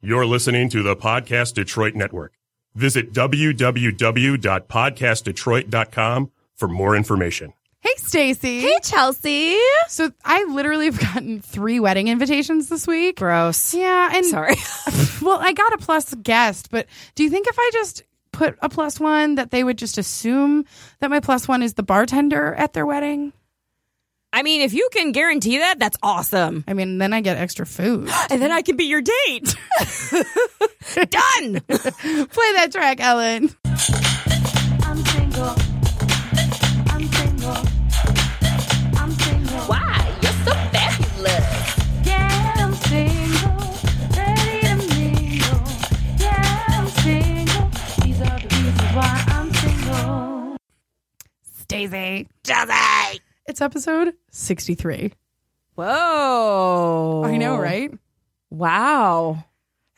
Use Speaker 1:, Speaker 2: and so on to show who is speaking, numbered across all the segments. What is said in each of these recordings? Speaker 1: You're listening to the Podcast Detroit Network. Visit www.podcastdetroit.com for more information.
Speaker 2: Hey, Stacy.
Speaker 3: Hey, Chelsea.
Speaker 2: So I literally have gotten three wedding invitations this week.
Speaker 3: Gross.
Speaker 2: Yeah, and
Speaker 3: Sorry.
Speaker 2: well, I got a plus guest, but do you think if I just put a plus one that they would just assume that my plus one is the bartender at their wedding?
Speaker 3: I mean, if you can guarantee that, that's awesome.
Speaker 2: I mean, then I get extra food.
Speaker 3: And then I can be your date. Done.
Speaker 2: Play that track, Ellen.
Speaker 4: I'm single. I'm single. I'm single.
Speaker 3: Why? You're so fabulous.
Speaker 4: Yeah, I'm single. Ready to mingle. Yeah, I'm single. These are the reasons why I'm single.
Speaker 2: Stacy.
Speaker 3: Chelsea.
Speaker 2: It's episode 63.
Speaker 3: Whoa.
Speaker 2: I know, right?
Speaker 3: Wow.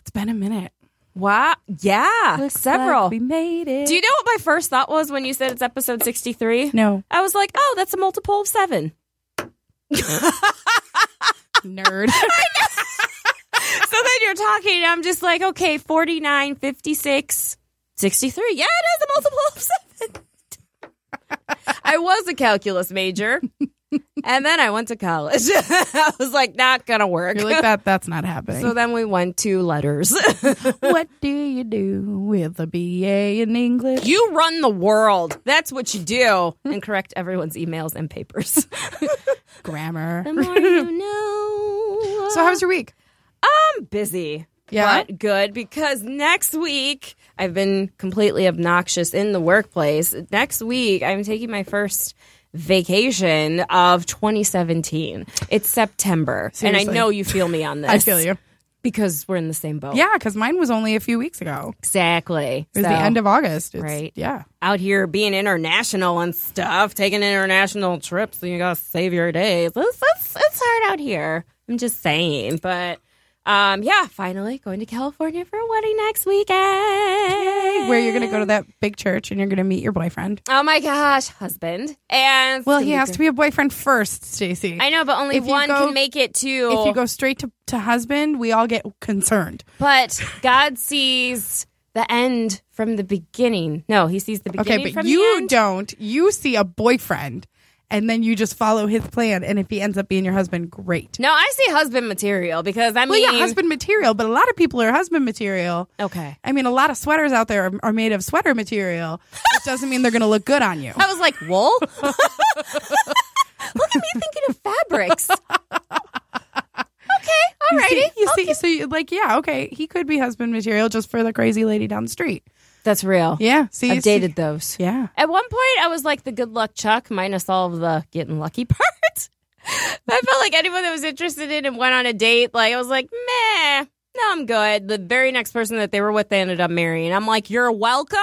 Speaker 2: It's been a minute.
Speaker 3: Wow. Yeah. several.
Speaker 2: we made it.
Speaker 3: Do you know what my first thought was when you said it's episode 63?
Speaker 2: no,
Speaker 3: I was like, oh, that's a multiple of seven.
Speaker 2: nerd.
Speaker 3: So then you're talking, and I'm just like, okay, 49, 56, 63. Yeah, it is a multiple of seven. I was a calculus major. And then I went to college. I was like, not gonna work.
Speaker 2: You're like, that, that's not happening.
Speaker 3: So then we went to letters.
Speaker 2: what do you do with a BA in English?
Speaker 3: you run the world. That's what you do. And correct everyone's emails and papers.
Speaker 2: Grammar.
Speaker 3: the more you know.
Speaker 2: So, how was your week?
Speaker 3: I'm busy.
Speaker 2: Yeah?
Speaker 3: But good because next week I've been completely obnoxious in the workplace. Next week I'm taking my first vacation of 2017. It's September. And I
Speaker 2: Seriously.
Speaker 3: know you feel me on this.
Speaker 2: I feel you.
Speaker 3: Because we're in the same boat.
Speaker 2: Yeah, because mine was only a few weeks ago.
Speaker 3: Exactly.
Speaker 2: It was the end of August. It's-
Speaker 3: Right.
Speaker 2: Yeah.
Speaker 3: out here being international and stuff, taking international trips, and you gotta save your days. It's, it's, it's hard out here. I'm just saying. But um, yeah, finally going to California for a wedding next weekend.
Speaker 2: Where you're going to go to that big church and you're going to meet your boyfriend.
Speaker 3: Oh my gosh, husband. And
Speaker 2: Well, he has to be a boyfriend first, Stacey.
Speaker 3: I know, but only
Speaker 2: If you
Speaker 3: one
Speaker 2: go-
Speaker 3: can make it to.
Speaker 2: If you go straight to, to husband, we all get concerned.
Speaker 3: but God sees the end from the beginning. No, he sees the beginning
Speaker 2: Okay, but
Speaker 3: from
Speaker 2: you
Speaker 3: the end.
Speaker 2: don't. You see a boyfriend and then you just follow his plan. And if he ends up being your husband, great.
Speaker 3: No, I see husband material because I
Speaker 2: Well,
Speaker 3: mean,
Speaker 2: yeah, husband material, but a lot of people are husband material.
Speaker 3: Okay.
Speaker 2: I mean, a lot of sweaters out there are, are made of sweater material. It doesn't mean they're going to look good on you.
Speaker 3: I was like, wool? Look at me thinking of fabrics. Okay,
Speaker 2: You
Speaker 3: alrighty.
Speaker 2: see, you see, so you like, yeah, okay, he could be husband material just for the crazy lady down the street.
Speaker 3: That's real.
Speaker 2: Yeah, see,
Speaker 3: I've
Speaker 2: see-
Speaker 3: dated those.
Speaker 2: yeah,
Speaker 3: At one point, I was like the good luck Chuck minus all of the getting lucky part. I felt like anyone that was interested in and went on a date, like I was like, meh, no, I'm good. The very next person that they were with, they ended up marrying. I'm like, you're welcome.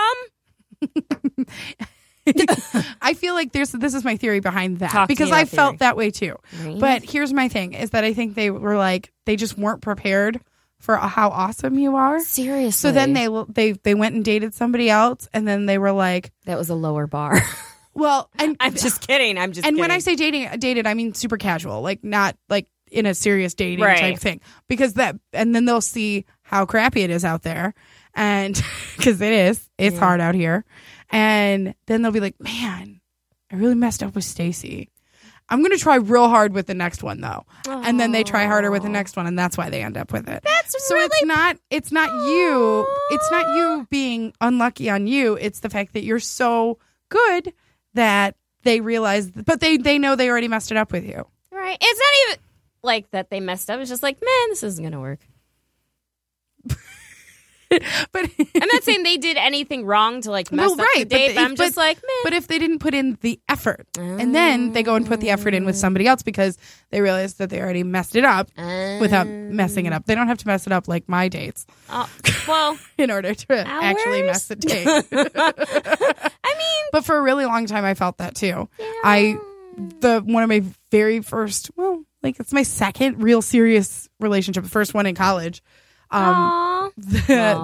Speaker 2: I feel like there's this is my theory behind that
Speaker 3: Talk to me
Speaker 2: because
Speaker 3: about
Speaker 2: I felt
Speaker 3: theory.
Speaker 2: that way too. But here's my thing: is that I think they were like they just weren't prepared for how awesome you are.
Speaker 3: Seriously.
Speaker 2: So then they they they went and dated somebody else, and then they were like,
Speaker 3: that was a lower bar.
Speaker 2: well, and
Speaker 3: I'm just kidding. I'm just
Speaker 2: and
Speaker 3: kidding.
Speaker 2: when I say dating dated, I mean super casual, like not like in a serious dating
Speaker 3: Right.
Speaker 2: type thing. Because that, and then they'll see how crappy it is out there, and because it is, it's
Speaker 3: Mm-hmm.
Speaker 2: hard out here, and then they'll be like, man, I really messed up with Stacy. I'm gonna try real hard with the next one though, and then they try harder with the next one, and that's why they end up with it.
Speaker 3: That's
Speaker 2: so it's not it's not you it's not you being unlucky on you. It's the fact that you're so good that they realize, but they they know they already messed it up with you.
Speaker 3: Right. It's not even like that they messed up. It's just like, man, this isn't going to work.
Speaker 2: But
Speaker 3: I'm not saying they did anything wrong to like mess
Speaker 2: well,
Speaker 3: up
Speaker 2: right,
Speaker 3: the date,
Speaker 2: but,
Speaker 3: but,
Speaker 2: they-
Speaker 3: I'm just
Speaker 2: but-
Speaker 3: like, man.
Speaker 2: But if they didn't put in the effort, and then they go and put the effort in with somebody else because they realize that they already messed it up without messing it
Speaker 3: Mm.
Speaker 2: up. They don't have to mess it up like my dates
Speaker 3: Uh, well,
Speaker 2: in order to actually
Speaker 3: Ours?
Speaker 2: mess the date.
Speaker 3: I mean,
Speaker 2: but for a really long time i felt that too i the one of my very first well like it's my second real serious relationship the first one in college um
Speaker 3: aw.
Speaker 2: the,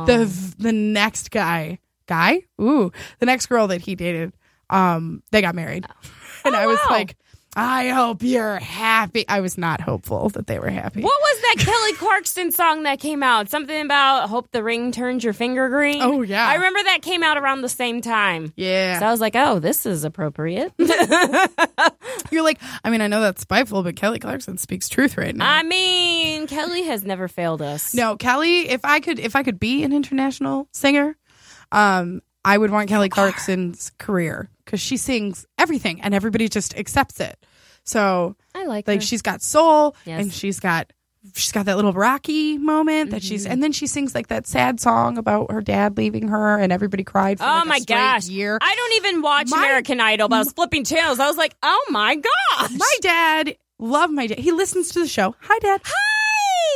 Speaker 2: the the next guy guy ooh the next girl that he dated um they got married and i was
Speaker 3: Oh. wow.
Speaker 2: like I hope you're happy. I was not hopeful that they were happy.
Speaker 3: What was that Kelly Clarkson song that came out? Something about hope the ring turns your finger green.
Speaker 2: Oh, yeah.
Speaker 3: I remember that came out around the same time.
Speaker 2: Yeah.
Speaker 3: So I was like, oh, this is appropriate.
Speaker 2: You're like, I mean, I know that's spiteful, but Kelly Clarkson speaks truth right now.
Speaker 3: I mean, Kelly has never failed us.
Speaker 2: no, Kelly, if I could if I could be an international singer, um, I would want Kelly Clarkson's career cuz she sings everything and everybody just accepts it. So,
Speaker 3: I like
Speaker 2: like
Speaker 3: her.
Speaker 2: she's got soul
Speaker 3: Yes.
Speaker 2: and she's got she's got that little rocky moment that she's
Speaker 3: Mm-hmm.
Speaker 2: and then she sings like that sad song about her dad leaving her and everybody cried for
Speaker 3: Oh
Speaker 2: like, a
Speaker 3: my
Speaker 2: straight
Speaker 3: gosh!
Speaker 2: year.
Speaker 3: I don't even watch
Speaker 2: My-
Speaker 3: American Idol, but I was flipping channels. I was like, "Oh my gosh!"
Speaker 2: my dad loved my dad. He listens to the show. Hi dad.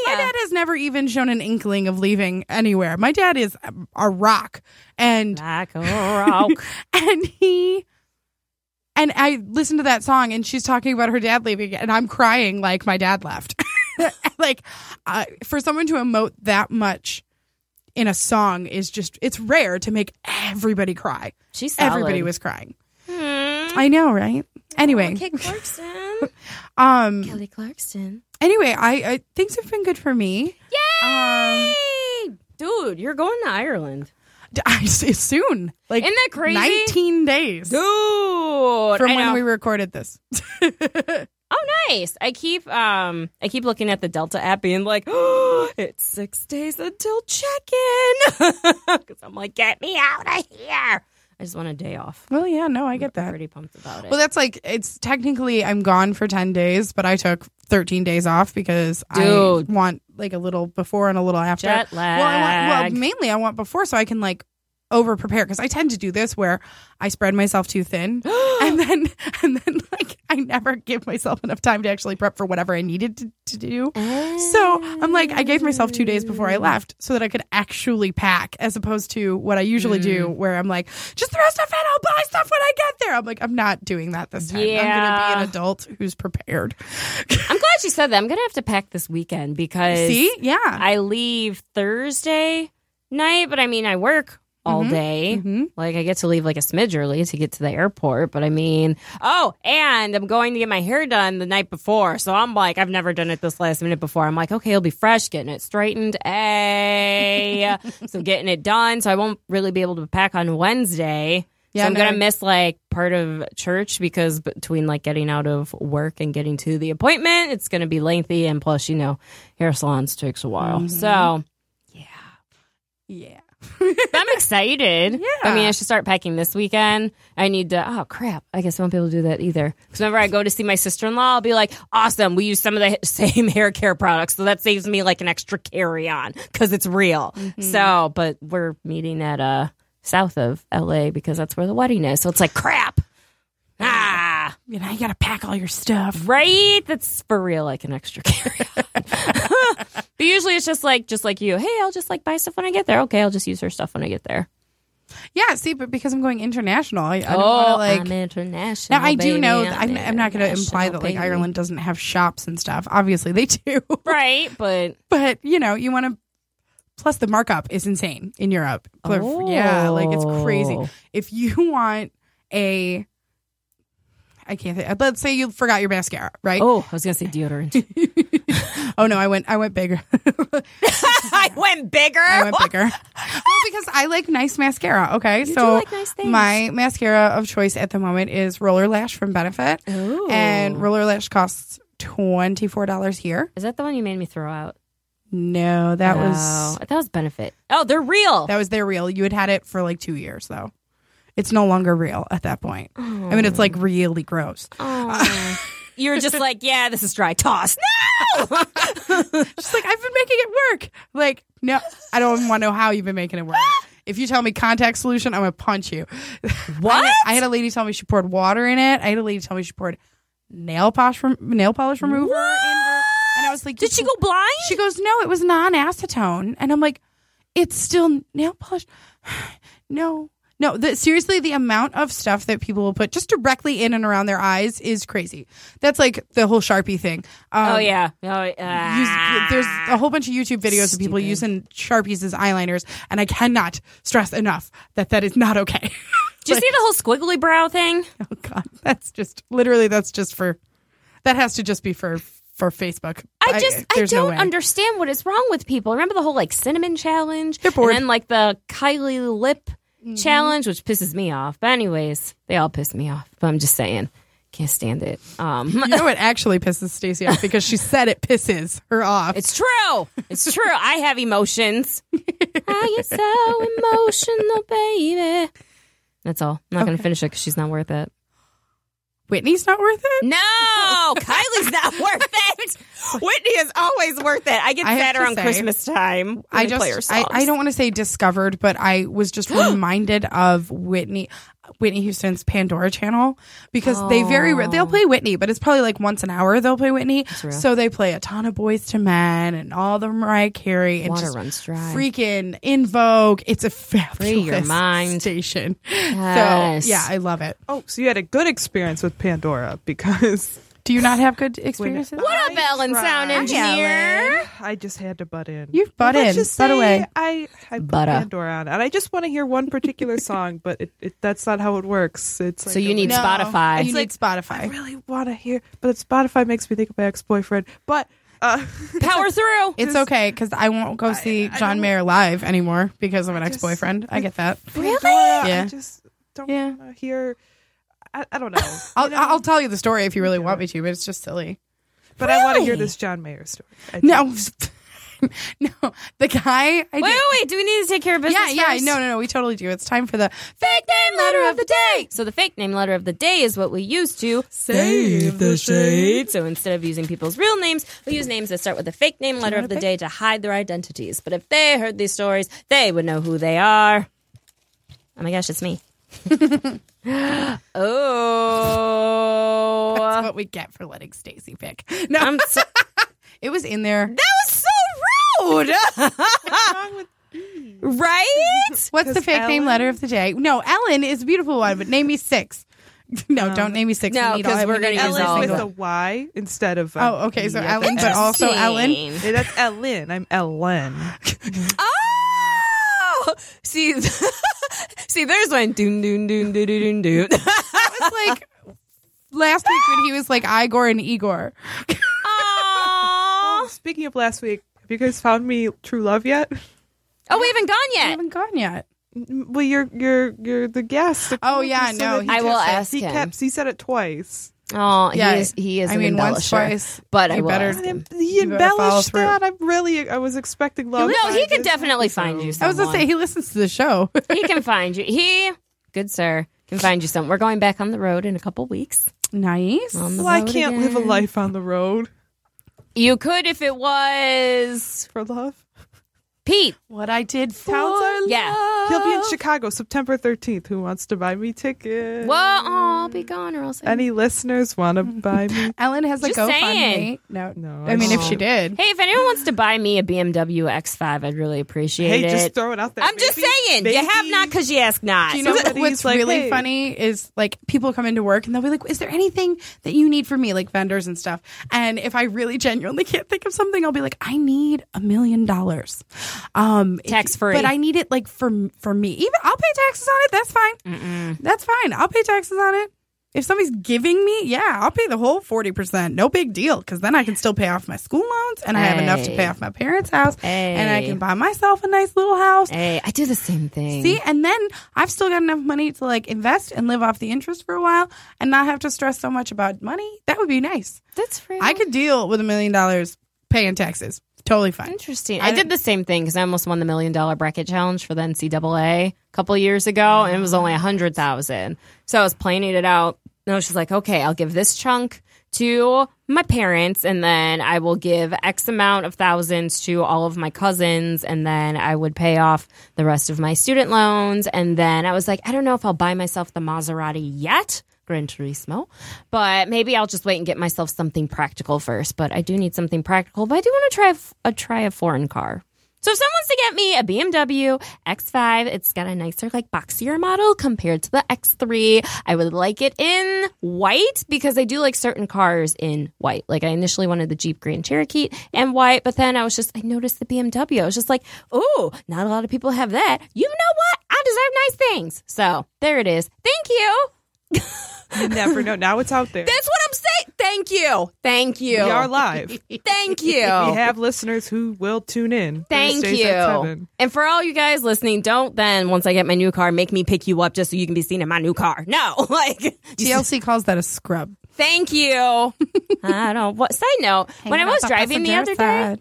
Speaker 2: My
Speaker 3: Yeah.
Speaker 2: dad has never even shown an inkling of leaving anywhere. My dad is a, a rock, and
Speaker 3: Like a rock.
Speaker 2: and he and I listened to that song, and she's talking about her dad leaving, and I'm crying like my dad left. like uh, for someone to emote that much in a song is just it's rare to make everybody cry.
Speaker 3: She's solid.
Speaker 2: Everybody was crying.
Speaker 3: Hmm.
Speaker 2: I know, right? Anyway,
Speaker 3: Kelly Clarkson.
Speaker 2: um,
Speaker 3: Kelly Clarkson.
Speaker 2: anyway, I, I things have been good for me. Um,
Speaker 3: Yay! Dude, you're going to Ireland.
Speaker 2: D- I, it's soon. Like
Speaker 3: Isn't that crazy?
Speaker 2: 19 days
Speaker 3: Dude,
Speaker 2: from
Speaker 3: I
Speaker 2: when
Speaker 3: know.
Speaker 2: we recorded this.
Speaker 3: oh, nice. I keep um, I keep looking at the Delta app, being like, oh, it's six days until check-in. Because I'm like, get me out of here. I just want a day off.
Speaker 2: well, yeah, no, I get
Speaker 3: I'm
Speaker 2: that.
Speaker 3: pretty pumped about it.
Speaker 2: Well, that's like it's technically I'm gone for 10 days, but I took 13 days off because
Speaker 3: Dude.
Speaker 2: I want like a little before and a little after.
Speaker 3: Jet
Speaker 2: Well, I want,
Speaker 3: lag.
Speaker 2: well, mainly I want before so I can like over prepare because I tend to do this where I spread myself too thin and then and then like I never give myself enough time to actually prep for whatever I needed to, to do. So I'm like, I gave myself two days before I left so that I could actually pack, as opposed to what I usually do,
Speaker 3: Mm.
Speaker 2: where I'm like, just throw stuff in, I'll buy stuff when I get there. I'm like, I'm not doing that this time. I'm going to be
Speaker 3: Yeah.
Speaker 2: an adult who's prepared.
Speaker 3: I'm glad you said that. I'm gonna have to pack this weekend because
Speaker 2: See? Yeah.
Speaker 3: I leave Thursday night, but I mean I work all day.
Speaker 2: Mhm.
Speaker 3: Like I get to leave like a smidge early to get to the airport, but I mean, oh, and I'm going to get my hair done the night before, so I'm like, I've never done it this last minute before. I'm like, okay, it'll be fresh, getting it straightened, a, so getting it done, so I won't really be able to pack on Wednesday.
Speaker 2: Yeah,
Speaker 3: so I'm
Speaker 2: no.
Speaker 3: gonna miss like part of church because between like getting out of work and getting to the appointment, it's gonna be lengthy, and plus, you know, hair salons takes a while,
Speaker 2: Mm-hmm.
Speaker 3: so.
Speaker 2: Yeah.
Speaker 3: I'm excited.
Speaker 2: Yeah.
Speaker 3: I mean, I should start packing this weekend. I need to. Oh crap! I guess I won't be able to do that either. Because whenever I go to see my sister in law, I'll be like, "Awesome! We use some of the h- same hair care products, so that saves me like an extra carry on because it's real."
Speaker 2: Mm-hmm.
Speaker 3: So, but we're meeting at uh south of LA because that's where the wedding is. So it's like crap. Ah,
Speaker 2: You know, you got to pack all your stuff.
Speaker 3: right. That's for real, like an extra carry. on. but usually it's just like, just like you. Hey, I'll just like buy stuff when I get there. Okay, I'll just use her stuff when I get there.
Speaker 2: Yeah. See, but because I'm going international, I, I don't want to like.
Speaker 3: Oh, I'm international.
Speaker 2: now I do
Speaker 3: baby,
Speaker 2: know that I'm, I'm not going to
Speaker 3: international,
Speaker 2: imply that like
Speaker 3: baby.
Speaker 2: Ireland doesn't have shops and stuff. Obviously, they do.
Speaker 3: right? But
Speaker 2: but you know you want to plus the markup is insane in europe But-
Speaker 3: Oh.
Speaker 2: yeah like it's crazy if you want a i can't think let's say you forgot your mascara right oh,
Speaker 3: oh, I was gonna say deodorant.
Speaker 2: no i went i went bigger
Speaker 3: I went bigger.
Speaker 2: i went bigger well because i like nice mascara okay
Speaker 3: You do
Speaker 2: so
Speaker 3: like nice things.
Speaker 2: my mascara of choice at the moment is roller lash from benefit
Speaker 3: Ooh.
Speaker 2: and roller lash costs $24 here
Speaker 3: is that the one you made me throw out?
Speaker 2: no that was
Speaker 3: Oh, that was benefit. Oh, they're real.
Speaker 2: That was their reel. You had had it for like two years, though. It's no longer real at that point. I mean, it's like really gross.
Speaker 3: Oh. You're just like, yeah, this is dry toss. No,
Speaker 2: Just like I've been making it work. Like, no, I don't even want to know how you've been making it work. If you tell me contact solution, I'm gonna punch you. I
Speaker 3: what?
Speaker 2: had, I had a lady tell me she poured water in it. I had a lady tell me she poured nail polish from nail polish remover in her, and I was like,
Speaker 3: Did she go blind?
Speaker 2: She goes, no, it was non acetone. And I'm like, it's still nail polish. no. No, the, seriously, the amount of stuff that people will put just directly in and around their eyes is crazy. That's like the whole Sharpie thing. Um,
Speaker 3: oh yeah. Oh,
Speaker 2: use-
Speaker 3: ah.
Speaker 2: there's a whole bunch of YouTube videos of people
Speaker 3: Stupid.
Speaker 2: using Sharpies as eyeliners, and I cannot stress enough that that is not okay.
Speaker 3: Do you see the whole squiggly brow thing?
Speaker 2: Oh God, that's just literally that's just for that has to just be for for Facebook.
Speaker 3: I just I,
Speaker 2: there's no
Speaker 3: don't
Speaker 2: way.
Speaker 3: understand what is wrong with people. Remember the whole like cinnamon challenge?
Speaker 2: They're bored.
Speaker 3: And then like the Kylie lip challenge, which pisses me off. But anyways, they all piss me off. But I'm just saying, can't stand it. Um,
Speaker 2: You know what actually pisses Stacey off because she said it pisses her off.
Speaker 3: it's true. It's true. I have emotions. Are you so emotional, baby? That's all. I'm not gonna finish it because she's not worth it.
Speaker 2: Whitney's not worth it.
Speaker 3: No, Kylie's not worth it. Whitney is always worth it. I get
Speaker 2: I have
Speaker 3: sad
Speaker 2: to
Speaker 3: around
Speaker 2: say,
Speaker 3: Christmas time. when
Speaker 2: I
Speaker 3: they play her
Speaker 2: just I, I
Speaker 3: songs.
Speaker 2: don't want to say discovered, but I was just reminded of Whitney Whitney Houston's Pandora channel because they very ra- they'll play Whitney, but it's probably like once an hour they'll play Whitney.
Speaker 3: Oh. real.
Speaker 2: So they play a ton of Boys to Men and all the Mariah Carey and
Speaker 3: Water
Speaker 2: just
Speaker 3: runs dry.
Speaker 2: freaking in Vogue. It's a fabulous
Speaker 3: Free your mind.
Speaker 2: station.
Speaker 3: Yes.
Speaker 2: So yeah, I love it.
Speaker 5: Oh, so you had a good experience with Pandora because
Speaker 2: Do you not have good experiences?
Speaker 3: What up, Ellen Sound Engineer?
Speaker 5: I just had to butt in.
Speaker 2: You've butt
Speaker 5: Let's
Speaker 2: in.
Speaker 5: Just
Speaker 2: Butt
Speaker 5: say
Speaker 2: away.
Speaker 5: I, I put
Speaker 3: Butta.
Speaker 5: Pandora on, and I just want to hear one particular song, but it, it, that's not how it works. It's like
Speaker 3: So you
Speaker 5: a-
Speaker 3: need
Speaker 2: No,
Speaker 3: Spotify.
Speaker 2: You need
Speaker 5: I
Speaker 2: Spotify.
Speaker 5: really want to hear, but Spotify makes me think of my ex boyfriend. But uh,
Speaker 3: Power through.
Speaker 2: It's okay because I won't go see John Mayer live anymore because of an ex
Speaker 5: just-
Speaker 2: boyfriend. I get that.
Speaker 5: really,
Speaker 2: Yeah.
Speaker 5: I just don't
Speaker 2: Yeah. Oh,
Speaker 5: want to hear. I, I don't know,
Speaker 2: I'll, I'll tell you the story if you really want me to, but it's just silly.
Speaker 5: but I want to hear this John Mayer story. I do.
Speaker 2: No, no, the guy. I
Speaker 3: Wait,
Speaker 2: did-
Speaker 3: wait, wait. Do we need to take care of
Speaker 2: yeah,
Speaker 3: business?
Speaker 2: yeah,
Speaker 3: first?
Speaker 2: no, no, no. We totally do. It's time for the fake name
Speaker 3: Letter of the day. So the fake name letter of the day is what we use to save the shade. So instead of using people's real names, we use names that start with the fake name letter of the day to hide their identities. But if they heard these stories, they would know who they are. Oh my gosh, it's me. oh,
Speaker 2: That's what we get for letting Stacy pick. No,
Speaker 3: I'm so-
Speaker 2: it was in there.
Speaker 3: that was
Speaker 5: wrong with
Speaker 3: so rude, right?
Speaker 2: What's the fake name
Speaker 5: Ellen-
Speaker 2: letter of the day? No, Ellen is a beautiful one, but name me six. No, don't name me six. We
Speaker 3: no,
Speaker 2: need all- we
Speaker 3: 'cause we're
Speaker 2: need
Speaker 3: gonna
Speaker 2: every
Speaker 3: use
Speaker 5: Ellen
Speaker 3: all
Speaker 2: single
Speaker 3: of
Speaker 5: with a
Speaker 2: one.
Speaker 5: Y instead of. um,
Speaker 2: Oh, okay. So
Speaker 5: yeah,
Speaker 2: Ellen, but also Ellen.
Speaker 3: Interesting.
Speaker 5: Yeah, that's Ellen. I'm Ellen.
Speaker 3: Oh, see, see, there's one. Doon doon doon doon doon doon. doon.
Speaker 2: It's like last week when he was like Igor and Igor.
Speaker 3: Aw.
Speaker 5: Speaking of last week, have you guys found me true love yet?
Speaker 3: Oh, we haven't gone
Speaker 2: I
Speaker 3: yet.
Speaker 2: haven't gone yet.
Speaker 5: Well, you're you're you're the guest.
Speaker 2: Oh, yeah,
Speaker 5: So
Speaker 2: no,
Speaker 5: that
Speaker 2: he
Speaker 5: he
Speaker 3: I will
Speaker 5: kept-
Speaker 3: ask
Speaker 5: he
Speaker 3: him.
Speaker 5: Kept, he said it twice.
Speaker 3: Oh,
Speaker 2: Yeah,
Speaker 3: he is. He is.
Speaker 2: I
Speaker 3: an
Speaker 2: mean, once,
Speaker 3: embellisher.
Speaker 2: twice,
Speaker 3: But I
Speaker 2: you
Speaker 3: will
Speaker 2: better-
Speaker 3: ask him.
Speaker 5: He
Speaker 2: You better follow
Speaker 5: embellished
Speaker 2: through.
Speaker 5: that. I'm really. I was expecting love.
Speaker 3: No, he
Speaker 5: but
Speaker 3: could
Speaker 5: it's-
Speaker 3: definitely find you.
Speaker 2: I was
Speaker 3: Someone.
Speaker 2: gonna say he listens to the show.
Speaker 3: he can find you. He, good sir, can find you something. We're going back on the road in a couple weeks.
Speaker 2: nice.
Speaker 3: On the
Speaker 5: Well, I
Speaker 3: road
Speaker 5: can't
Speaker 3: again.
Speaker 5: live a life on the road
Speaker 3: You could if it was
Speaker 5: for love.
Speaker 3: Pete.
Speaker 2: What I did for
Speaker 5: Townsend?
Speaker 3: Yeah.
Speaker 5: He'll be in Chicago September 13th. Who wants to buy me tickets?
Speaker 3: Well, oh, I'll be gone or else. I-
Speaker 5: Any listeners want to buy me?
Speaker 2: Ellen has a
Speaker 3: Just
Speaker 2: GoFundMe.
Speaker 3: saying.
Speaker 2: No,
Speaker 5: No,
Speaker 2: I mean, if she
Speaker 5: don't.
Speaker 2: did,
Speaker 3: Hey, if anyone wants to buy me a BMW X5, I'd really appreciate
Speaker 5: Hey,
Speaker 3: it.
Speaker 5: just throw it out there.
Speaker 3: I'm just
Speaker 5: Maybe-
Speaker 3: saying, you
Speaker 5: maybe-
Speaker 3: have not because you ask not.
Speaker 2: Do you know what,
Speaker 5: Somebody's
Speaker 2: what's
Speaker 5: like,
Speaker 2: really
Speaker 5: "Hey."
Speaker 2: funny is like people come into work and they'll be like, "Is there anything that you need from me?" Like vendors and stuff. And if I really genuinely can't think of something, I'll be like, "I need a million dollars, um, if-
Speaker 3: Tax-free.
Speaker 2: but I need it like for for me. Even I'll pay taxes on it. That's fine. That's fine. I'll pay taxes on it." If somebody's giving me, yeah, I'll pay the whole 40%. No big deal. Cause then I can still pay off my school loans and I have enough to
Speaker 3: Hey.
Speaker 2: pay off my parents' house and I
Speaker 3: Hey.
Speaker 2: can buy myself a nice little house.
Speaker 3: hey, I do the same thing.
Speaker 2: See, and then I've still got enough money to like invest and live off the interest for a while and not have to stress so much about money. That would be nice.
Speaker 3: that's free.
Speaker 2: I could deal with a million dollars paying taxes. Totally fine.
Speaker 3: Interesting. I did the same thing because I almost won the million dollar bracket challenge for the NCAA a couple years ago, and it was only a hundred thousand. So I was planning it out. And I was just like, okay, I'll give this chunk to my parents, and then I will give X amount of thousands to all of my cousins, and then I would pay off the rest of my student loans. And then I was like, I don't know if I'll buy myself the Maserati yet. Gran Turismo, but maybe I'll just wait and get myself something practical first. But I do need something practical. But I do want to try a f- a, try a foreign car. So if someone's to get me a BMW X5, it's got a nicer, like boxier model compared to the X3. I would like it in white because I do like certain cars in white. Like I initially wanted the Jeep Grand Cherokee and white, but then I was just I noticed the BMW. I was just like, oh, not a lot of people have that. You know what? I deserve nice things. So there it is. Thank you.
Speaker 5: You never know. Now it's out there.
Speaker 3: That's what I'm saying. Thank you. Thank you.
Speaker 5: We are live.
Speaker 3: Thank you.
Speaker 5: We have listeners who will tune in.
Speaker 3: Thank
Speaker 5: Thursdays at
Speaker 3: you.
Speaker 5: seven.
Speaker 3: And for all you guys listening, don't then once I get my new car, make me pick you up just so you can be seen in my new car. No, like
Speaker 2: TLC calls that a scrub.
Speaker 3: thank you. I don't. What side note? when I was driving the other day,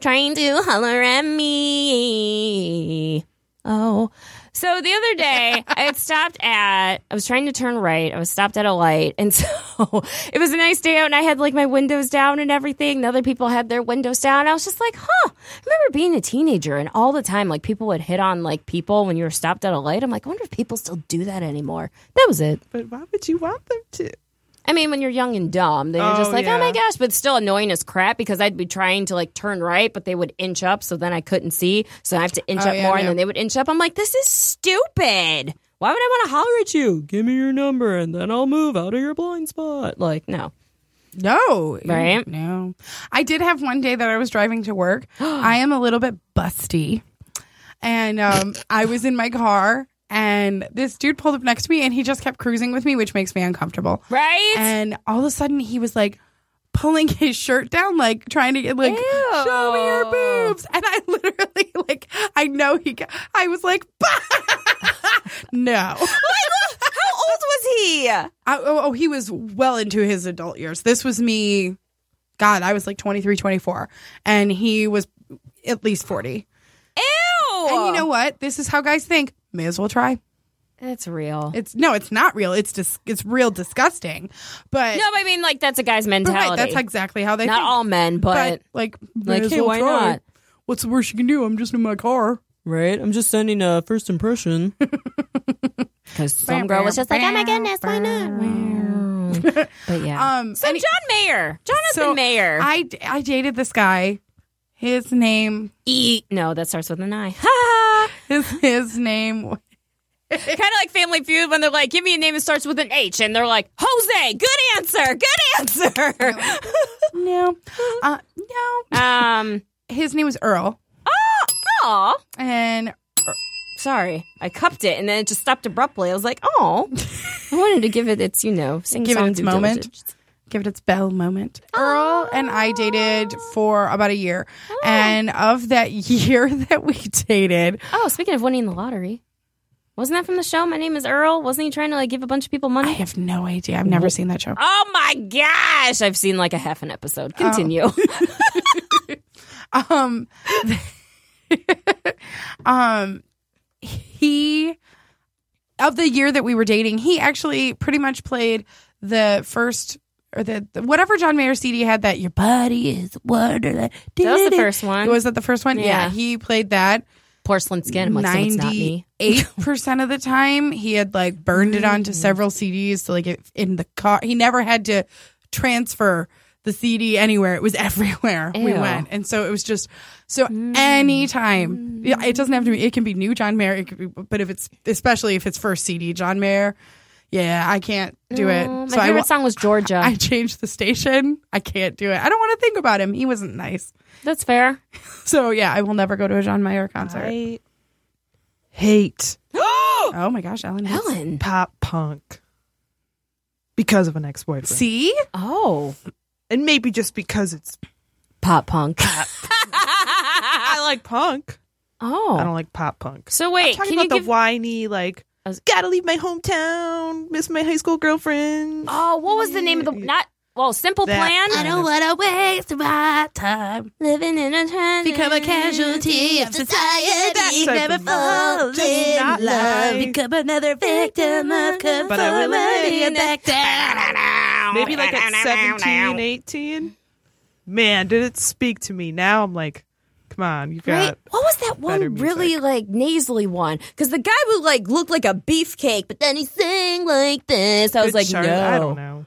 Speaker 3: trying to holler at me. Oh. So the other day, I had stopped at, I was trying to turn right. I was stopped at a light. And so it was a nice day out, and I had like my windows down and everything. And other people had their windows down. I was just like, huh. I remember being a teenager, and all the time, like people would hit on like people when you were stopped at a light. I'm like, I wonder if people still do that anymore. That was it.
Speaker 5: But why would you want them to?
Speaker 3: I mean, when you're young and dumb, then you're just
Speaker 5: Oh,
Speaker 3: like, oh my
Speaker 5: yeah.
Speaker 3: gosh, but still annoying as crap because I'd be trying to like turn right, but they would inch up, so then I couldn't see, so I have to inch
Speaker 2: Oh,
Speaker 3: up
Speaker 2: yeah,
Speaker 3: more, and
Speaker 2: yeah.
Speaker 3: then they would inch up. I'm like, this is stupid. Why would I want to holler at you? Give me your number, and then I'll move out of your blind spot. Like, no,
Speaker 2: No.
Speaker 3: Right?
Speaker 2: No. I did have one day that I was driving to work. I am a little bit busty. And um, I was in my car, and this dude pulled up next to me, and he just kept cruising with me, which makes me uncomfortable.
Speaker 3: right?
Speaker 2: And all of a sudden, he was like pulling his shirt down, like trying to get like show me your boobs. And I literally like I know he. ca- I was like, no.
Speaker 3: How old was he?
Speaker 2: I, oh, oh, he was well into his adult years. This was me, God, I was like 23, 24, and he was at least 40.
Speaker 3: Ew.
Speaker 2: And you know what? This is how guys think. May as well try.
Speaker 3: that's real.
Speaker 2: It's no, it's not real. It's dis- it's real disgusting. But,
Speaker 3: no, but I mean, like that's a guy's
Speaker 2: but
Speaker 3: mentality.
Speaker 2: right, that's exactly how they
Speaker 3: not
Speaker 2: think.
Speaker 3: all men, but,
Speaker 2: like,
Speaker 3: like, hey, why not?
Speaker 2: What's the worst you can do? I'm just in my car.
Speaker 6: Right? I'm just sending a first impression.
Speaker 3: Because some girl was just like, oh my goodness, why not? but yeah.
Speaker 2: Um,
Speaker 3: so
Speaker 2: any-
Speaker 3: John Mayer. Jonathan
Speaker 2: So
Speaker 3: Mayer.
Speaker 2: I I dated this guy. His name
Speaker 3: E. No, that starts with an I. Ha!
Speaker 2: his his name
Speaker 3: kind of like Family Feud when they're like, give me a name that starts with an H. And they're like, Jose. Good answer. Good answer.
Speaker 2: No. Uh, no.
Speaker 3: um,
Speaker 2: His name was Earl.
Speaker 3: aw.
Speaker 2: And
Speaker 3: Sorry. I cupped it and then it just stopped abruptly. I was like, oh. I wanted to give it its, you know, sing
Speaker 2: Give it its moment. give it its bell moment. Earl and I dated for about a year.
Speaker 3: Oh.
Speaker 2: And of that year that we dated,
Speaker 3: Oh, speaking of winning the lottery. Wasn't that from the show? My name is Earl. Wasn't he trying to like give a bunch of people
Speaker 2: I
Speaker 3: money?
Speaker 2: have no idea. I've never seen that show.
Speaker 3: Oh my gosh! I've seen like a half an episode.
Speaker 2: Oh.
Speaker 3: Continue.
Speaker 2: Um um he of the year that we were dating, he actually pretty much played the first or the, the- whatever John Mayer CD had that your body is wonderland.
Speaker 3: that was the first one.
Speaker 2: Was that the first one?
Speaker 3: Yeah.
Speaker 2: yeah he played that.
Speaker 3: porcelain skin. I'm like, so it's not me.
Speaker 2: Eight percent of the time, he had like burned it
Speaker 3: Mm.
Speaker 2: onto several CDs. So like if in the car, he never had to transfer the CD anywhere. It was everywhere we
Speaker 3: Ew. Mm.
Speaker 2: went, and so it was just so anytime. Yeah, it doesn't have to be. It can be new John Mayer. It could be, but if it's especially if it's first CD John Mayer, yeah, I can't do it.
Speaker 3: Oh, my
Speaker 2: I
Speaker 3: favorite
Speaker 2: wa-
Speaker 3: song was Georgia.
Speaker 2: I changed the station. I can't do it. I don't want to think about him. He wasn't nice.
Speaker 3: That's fair.
Speaker 2: So yeah, I will never go to a John Mayer concert.
Speaker 5: I hate
Speaker 2: Oh my gosh, Ellen. hates-
Speaker 3: Ellen.
Speaker 5: pop punk because of an ex boyfriend.
Speaker 2: See?
Speaker 3: Oh,
Speaker 5: and maybe just because it's.
Speaker 3: pop punk.
Speaker 5: I like punk. I
Speaker 3: oh,
Speaker 5: don't like pop punk.
Speaker 3: so wait,
Speaker 5: Talking
Speaker 3: can
Speaker 5: about
Speaker 3: you
Speaker 5: the
Speaker 3: give?
Speaker 5: whiny, like,
Speaker 3: I was-
Speaker 5: gotta leave my hometown, miss my high school girlfriend.
Speaker 3: oh, what was the name of the not? Well, simple
Speaker 5: That-
Speaker 3: plan.
Speaker 5: I don't
Speaker 3: want to waste my time living in a trend. Become a casualty of society.
Speaker 5: That type never of- fall Just in not love, lie. become
Speaker 3: another victim of
Speaker 5: But I will conformity and
Speaker 3: back
Speaker 5: admit-
Speaker 3: down.
Speaker 5: Maybe like at 17, 18. Man, did it speak to me. Now I'm like, come on, you got.
Speaker 3: Right? What was that
Speaker 5: better
Speaker 3: one really like nasally one? Because the guy would like look like a beefcake, but then he sang like this. I was
Speaker 5: Good
Speaker 3: like,
Speaker 5: Charlotte.
Speaker 3: no,
Speaker 5: I don't know.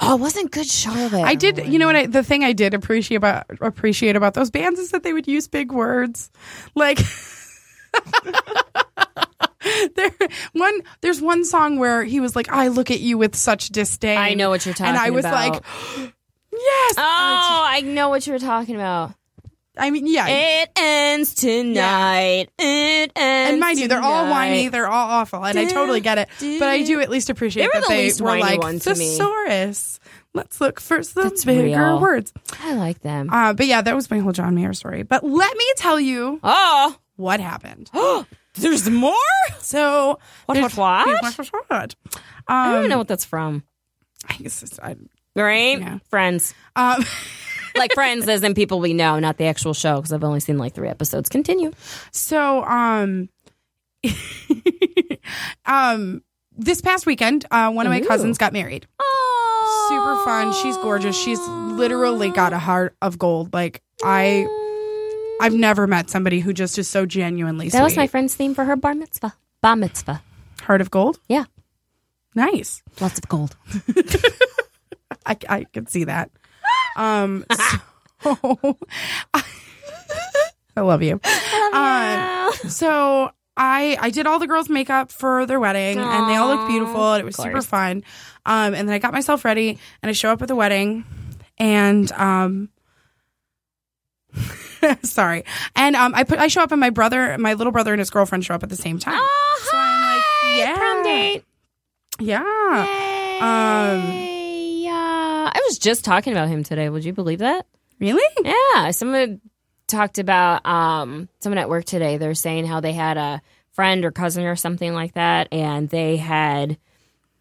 Speaker 3: Oh, it wasn't good Charlotte.
Speaker 2: I did. You know what? I, the thing I did appreciate about appreciate about those bands is that they would use big words, like. there one there's one song where he was like I look at you with such disdain.
Speaker 3: I know what you're
Speaker 2: And I
Speaker 3: talking
Speaker 2: was
Speaker 3: about.
Speaker 2: like yes.
Speaker 3: Oh, I know what you were talking about.
Speaker 2: I mean, yeah.
Speaker 3: It ends tonight. It ends.
Speaker 2: and mind you, they're all
Speaker 3: tonight.
Speaker 2: whiny. They're all awful, and I totally get it. But I do at least
Speaker 3: They
Speaker 2: appreciate
Speaker 3: were
Speaker 2: that
Speaker 3: the
Speaker 2: they
Speaker 3: least
Speaker 2: were
Speaker 3: whiny
Speaker 2: like
Speaker 3: one to me.
Speaker 2: thesaurus. Let's look for some
Speaker 3: That's
Speaker 2: bigger
Speaker 3: real.
Speaker 2: words.
Speaker 3: I like them.
Speaker 2: Uh, but yeah, that was my whole John Mayer story. But let me tell you
Speaker 3: oh,
Speaker 2: what happened.
Speaker 6: There's more?
Speaker 2: So
Speaker 3: what, Oh, what, what?
Speaker 2: What, what, what? Um,
Speaker 3: I don't even know what that's from.
Speaker 2: I guess it's- I-
Speaker 3: Right?
Speaker 2: Yeah.
Speaker 3: Friends.
Speaker 2: um,
Speaker 3: Like friends, as in people we know, not the actual show, because I've only seen like three episodes. Continue.
Speaker 2: So, um, um, this past weekend, uh, one of my
Speaker 3: Ooh.
Speaker 2: cousins got married.
Speaker 3: Oh,
Speaker 2: Super fun. She's gorgeous. She's literally got a heart of gold. Like I, I've never met somebody who just is so genuinely.
Speaker 3: That was my
Speaker 2: sweet.
Speaker 3: friend's theme for her bar mitzvah. Bar mitzvah.
Speaker 2: heart of gold.
Speaker 3: Yeah.
Speaker 2: Nice.
Speaker 3: Lots of gold.
Speaker 2: I, I could see that. Um, so, I love you. Um,
Speaker 3: I love you.
Speaker 2: So I I did all the girls' makeup for their wedding, and they all looked beautiful, and it was
Speaker 3: Of
Speaker 2: super
Speaker 3: course.
Speaker 2: fun. Um, and then I got myself ready, and I show up at the wedding, and um. Sorry, and um, I put I show up and my brother, my little brother and his girlfriend show up at the same time.
Speaker 3: Oh,
Speaker 2: So I'm like,
Speaker 3: hi,
Speaker 2: yeah.
Speaker 3: prom date.
Speaker 2: Yeah, Um,
Speaker 3: Yay. Uh, I was just talking about him today. Would you believe that?
Speaker 2: really?
Speaker 3: Yeah, someone talked about um someone at work today. They're saying how they had a friend or cousin or something like that, and they had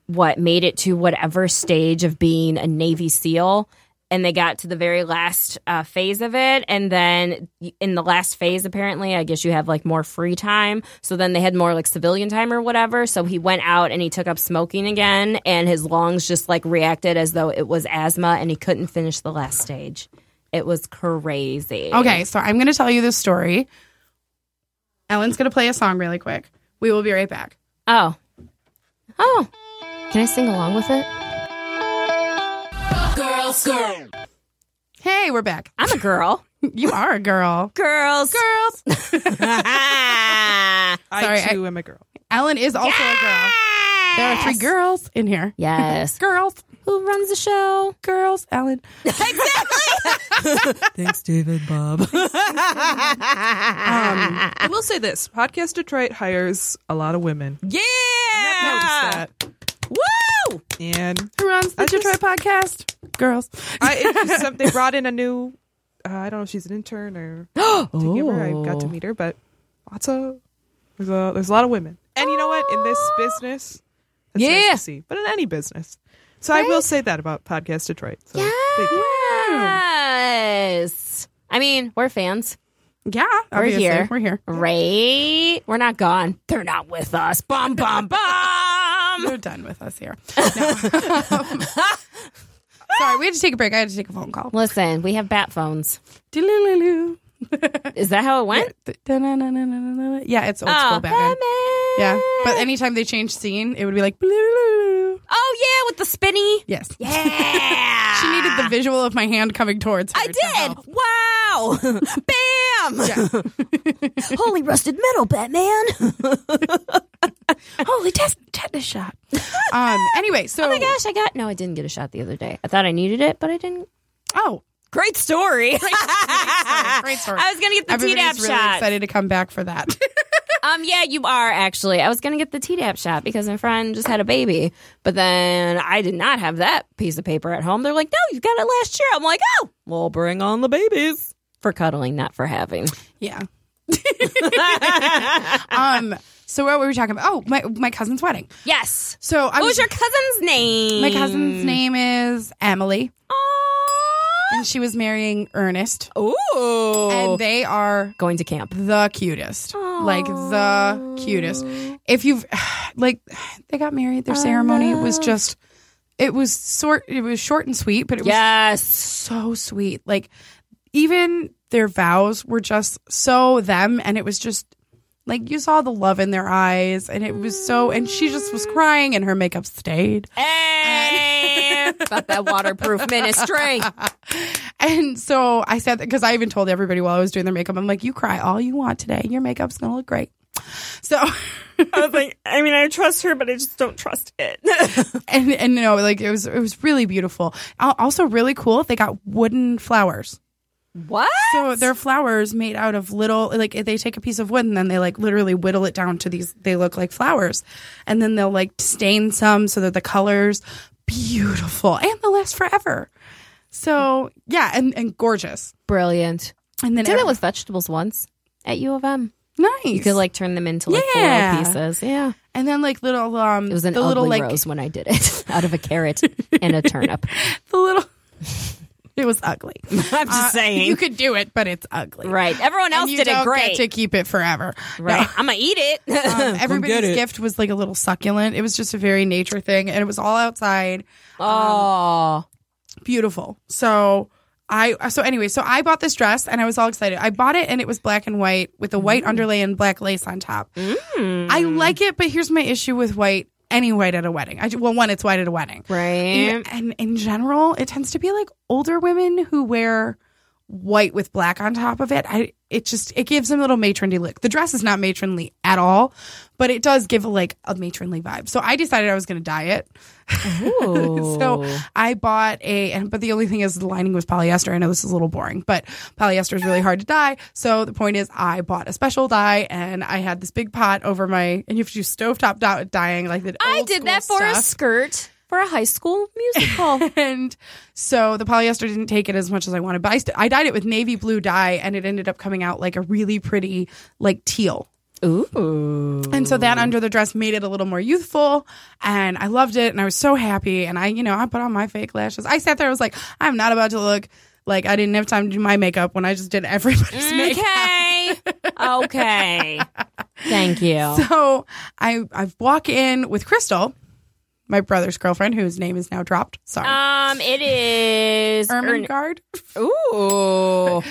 Speaker 3: what made it to whatever stage of being a Navy SEAL. And they got to the very last uh, phase of it. And then in the last phase, apparently, I guess you have like more free time. So then they had more like civilian time or whatever. So he went out and he took up smoking again. And his lungs just like reacted as though it was asthma and he couldn't finish the last stage. It was crazy.
Speaker 2: Okay, so I'm gonna tell you this story. Ellen's gonna play a song really quick. We will be right back.
Speaker 3: Oh. Oh. Can I sing along with it?
Speaker 2: Hey, we're back.
Speaker 3: I'm a girl.
Speaker 2: You are a girl.
Speaker 3: Girls. Girls.
Speaker 2: Sorry,
Speaker 5: I too am a girl.
Speaker 2: Ellen is also a girl. There are three girls in here.
Speaker 3: yes.
Speaker 2: Girls,
Speaker 3: Who runs the show?
Speaker 2: girls, Ellen.
Speaker 6: Thanks, David Bob.
Speaker 2: Um,
Speaker 5: I will say this: Podcast Detroit hires a lot of women.
Speaker 3: Yeah.
Speaker 5: Notice that.
Speaker 3: Woo!
Speaker 5: And
Speaker 2: who runs the
Speaker 5: I just-
Speaker 2: Detroit podcast? Girls.
Speaker 5: I, it was some- they brought in a new. Uh, I don't know if she's an intern or team member. I got to meet her, but lots of there's a there's a lot of women. And you know what? In this business, that's nice
Speaker 3: Yeah.
Speaker 5: to see, but in any business. So I will say that about Podcast Detroit. So thank you.
Speaker 3: Yes. I mean, we're fans,
Speaker 2: Yeah, obviously.
Speaker 3: here.
Speaker 2: We're here.
Speaker 3: right? We're not gone. They're not with us. Bum, bum, bum.
Speaker 2: You're done with us here. No. Sorry, we had to take a break. I had to take a phone call.
Speaker 3: Listen, we have bat phones.
Speaker 2: Doo-loo-loo-loo.
Speaker 3: Is that how it went?
Speaker 2: Da-na-na-na-na-na-na. Yeah, it's old school Batman. Yeah,
Speaker 3: Oh, Batman.
Speaker 2: but anytime they change scene, it would be like. blue.
Speaker 3: oh yeah, with the spinny.
Speaker 2: Yes.
Speaker 3: Yeah,
Speaker 2: She needed the visual of my hand coming towards her.
Speaker 3: Ah. I
Speaker 2: to help.
Speaker 3: did. Wow. Bam. Holy rusted metal, Batman.
Speaker 2: Holy tet- tetanus shot. um. Anyway, so
Speaker 3: Oh my gosh, I got no. I didn't get a shot the other day. I thought I needed it, but I didn't.
Speaker 2: Oh,
Speaker 3: Great story. Great story.
Speaker 2: great story.
Speaker 3: Ah, I was gonna get the T dap
Speaker 2: Everybody's really
Speaker 3: shot.
Speaker 2: excited to come back for that.
Speaker 3: Um, yeah, you are actually. I was gonna get the Tdap shot because my friend just had a baby, but then I did not have that piece of paper at home. They're like, "No, you got it last year." I'm like, "Oh, well, bring on the babies for cuddling, not for having."
Speaker 2: yeah. um. So what were we talking about? Oh, my my cousin's wedding.
Speaker 3: Yes.
Speaker 2: So I
Speaker 3: What
Speaker 2: was
Speaker 3: was your Mm. cousin's name?
Speaker 2: my cousin's name is Emily,
Speaker 3: Aw.
Speaker 2: and she was marrying Ernest,
Speaker 3: Ooh.
Speaker 2: and they are
Speaker 3: going to camp.
Speaker 2: the cutest, like the cutest. If you've like, they got married. Their ceremony was just. It was sort. It was short and sweet, but it was
Speaker 3: Yes.
Speaker 2: so sweet. Like even their vows were just so them and it was just like you saw the love in their eyes and it was so and she just was crying and her makeup stayed.
Speaker 3: Hey. About that waterproof ministry.
Speaker 2: And so I said that cuz I even told everybody while I was doing their makeup I'm like you cry all you want today. Your makeup's going to look great. So
Speaker 6: I mean, I trust her, but I just don't trust it.
Speaker 2: and and no like it was it was really beaual. Al- Also really cool. They got wooden flowers.
Speaker 3: What?
Speaker 2: So they're flowers made out of little, like they take a piece of wood and then they like literally whittle it down to these. They look like flowers, and then they'll like stain some so that the colors beautiful and they'll last forever. So yeah, and and gorgeous.
Speaker 3: Brilliant.
Speaker 2: And then
Speaker 3: I did
Speaker 2: every-
Speaker 3: that with vegetables once at U of M.
Speaker 2: nice.
Speaker 3: You could like turn them into like
Speaker 2: Yeah.
Speaker 3: foil pieces. Yeah.
Speaker 2: and then like little um
Speaker 3: It was an
Speaker 2: the
Speaker 3: ugly
Speaker 2: little like
Speaker 3: rose when I did it out of a carrot and a turnip.
Speaker 2: the little. it was ugly.
Speaker 3: I'm
Speaker 2: Uh, you could do it, but it's ugly.
Speaker 3: right. Everyone
Speaker 2: And
Speaker 3: else
Speaker 2: you
Speaker 3: did
Speaker 2: don't
Speaker 3: it great.
Speaker 2: get to keep it forever.
Speaker 3: right. I'm gonna eat it.
Speaker 2: Um, everybody's gift was like a little succulent. It was just a very nature thing, and it was all outside,
Speaker 3: oh.
Speaker 2: beautiful. So I so anyway, so I bought this dress, and I was all excited. I bought it, and it was black and white with a white underlay and black lace on top.
Speaker 3: Mm.
Speaker 2: I like it, but here's my issue with white. Any white at a wedding. I, ju- well, one, it's white at a wedding.
Speaker 3: Right.
Speaker 2: And, and in general, it tends to be like older women who wear white with black on top of it. I it just it gives them a little matronly look. The dress is not matronly at all, but it does give a, like a matronly vibe. So I decided I was going to dye it. so I bought a and but the only thing is the lining was polyester. I know this is a little boring, but polyester is really hard to dye. So the point is I bought a special dye and I had this big pot over my and you have to do stovetop dye- dyeing like the
Speaker 3: I
Speaker 2: old
Speaker 3: did that
Speaker 2: school
Speaker 3: for a
Speaker 2: stuff.
Speaker 3: skirt for a high school musical.
Speaker 2: and so the polyester didn't take it as much as I wanted, but I, st- I dyed it with navy blue dye, and it ended up coming out like a really pretty like teal.
Speaker 3: Ooh.
Speaker 2: And so that under the dress made it a little more youthful, and I loved it, and I was so happy. And I, you know, I put on my fake lashes. I sat there, I was like, I'm not about to look like I didn't have time to do my makeup when I just did everybody's
Speaker 3: Mm,
Speaker 2: makeup.
Speaker 3: Okay. okay. Thank you.
Speaker 2: So I I walk in with Crystal, my brother's girlfriend, whose name is now dropped. Sorry,
Speaker 3: um, it is. Ern-
Speaker 2: Ermengarde.
Speaker 3: Ooh.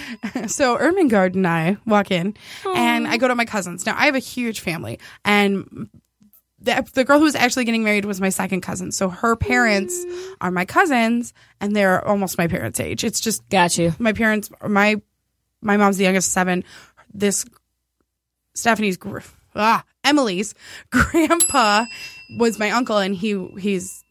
Speaker 2: So Ermengarde and I walk in, and I go to my cousins. Now I have a huge family, and the, the girl who was actually getting married was my second cousin. So her parents
Speaker 3: Mm.
Speaker 2: are my cousins, and they're almost my parents' age. It's just
Speaker 3: Got you.
Speaker 2: my parents. My my mom's the youngest of seven. This Stephanie's gr- ah, Emily's grandpa was my uncle, and he he's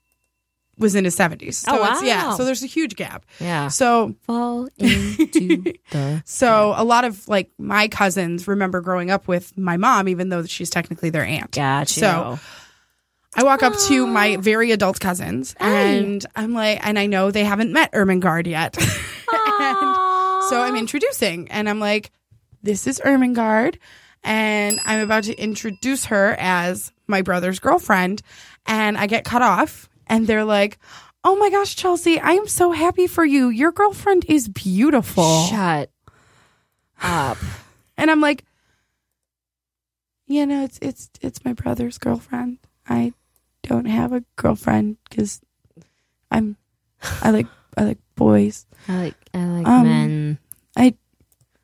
Speaker 2: was in his seventies. So
Speaker 3: Oh,
Speaker 2: it's, yeah,
Speaker 3: wow.
Speaker 2: so there's a huge gap.
Speaker 3: Yeah.
Speaker 2: So
Speaker 3: Fall into the.
Speaker 2: so a lot of like my cousins remember growing up with my mom, even though she's technically their aunt.
Speaker 3: Got you.
Speaker 2: So- I walk up to my very adult cousins and I'm like, and I know they haven't met Ermengarde yet. and so I'm introducing and I'm like, this is Ermengarde. And I'm about to introduce her as my brother's girlfriend. And I get cut off and they're like, oh my gosh, Chelsea, I am so happy for you. Your girlfriend is beautiful.
Speaker 3: Shut up.
Speaker 2: And I'm like, you know, it's it's it's my brother's girlfriend. I don't have a girlfriend because I'm I like I like boys.
Speaker 3: I like I like
Speaker 2: Um,
Speaker 3: men.
Speaker 2: I-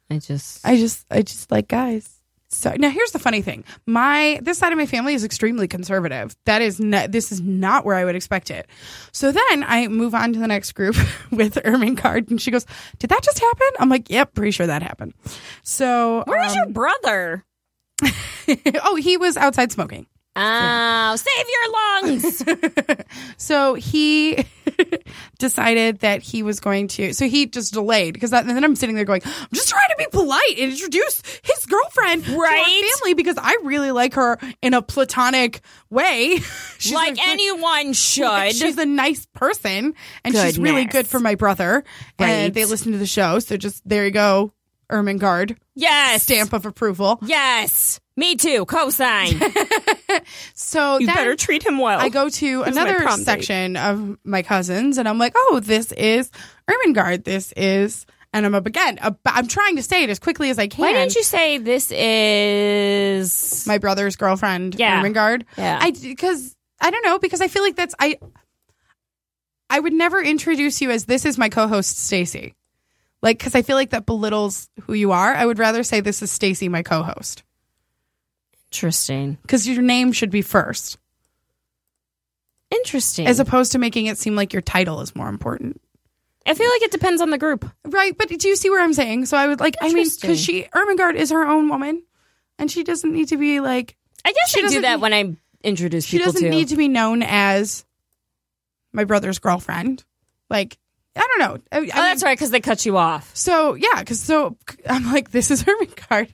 Speaker 3: I just
Speaker 2: I just I just like guys. So now here's the funny thing. My this side of my family is extremely conservative. That is not this is not where I would expect it. So then I move on to the next group with Ermengarde and she goes, "Did that just happen?" I'm like, "Yep, pretty sure that happened." So
Speaker 3: Where is your
Speaker 2: um,
Speaker 3: brother?
Speaker 2: Oh, he was outside smoking.
Speaker 3: Oh, save your lungs.
Speaker 2: so he decided that he was going to. So he just delayed because that, and then I'm sitting there going, I'm just trying to be polite and introduce his girlfriend to
Speaker 3: Right.
Speaker 2: our family because I really like her in a platonic way. She's
Speaker 3: like
Speaker 2: a-
Speaker 3: anyone should.
Speaker 2: She's a nice person and she's really
Speaker 3: Goodness.
Speaker 2: good for my brother.
Speaker 3: Right.
Speaker 2: And they listen to the show. So just there you go, Ermengarde.
Speaker 3: yes.
Speaker 2: Stamp of approval.
Speaker 3: Yes. Me too. Cosine.
Speaker 2: So
Speaker 6: You
Speaker 2: that-
Speaker 6: better treat him well.
Speaker 3: Oh,
Speaker 2: I go to
Speaker 6: my
Speaker 2: another
Speaker 6: prom date.
Speaker 2: section of my cousins, and I'm like, oh, this is Ermengarde. This is, and I'm up again. ab- I'm trying to say it as quickly as I can.
Speaker 3: Why didn't you say this is?
Speaker 2: My brother's girlfriend,
Speaker 3: Yeah.
Speaker 2: Ermengarde.
Speaker 3: Yeah.
Speaker 2: I because I don't know because I feel like that's I. I would never introduce you as this is my co-host Stacy, like because I feel like that belittles who you are. I would rather say this is Stacy, my co-host,
Speaker 3: Interesting.
Speaker 2: because your name should be first,
Speaker 3: Interesting.
Speaker 2: as opposed to making it seem like your title is more important.
Speaker 3: I feel like it depends on the group.
Speaker 2: Right, but do you see where I'm saying? So I would like, I mean,
Speaker 3: Interesting.
Speaker 2: because she Ermengarde is her own woman, and she doesn't need to be like
Speaker 3: I guess
Speaker 2: She
Speaker 3: I do
Speaker 2: doesn't
Speaker 3: that
Speaker 2: need-
Speaker 3: when I introduce
Speaker 2: she
Speaker 3: people
Speaker 2: doesn't
Speaker 3: to.
Speaker 2: need to be known as my brother's girlfriend. Like I don't know. I, I
Speaker 3: Oh, that's right, because they cut you off.
Speaker 2: so yeah, because so I'm like, this is her ring card,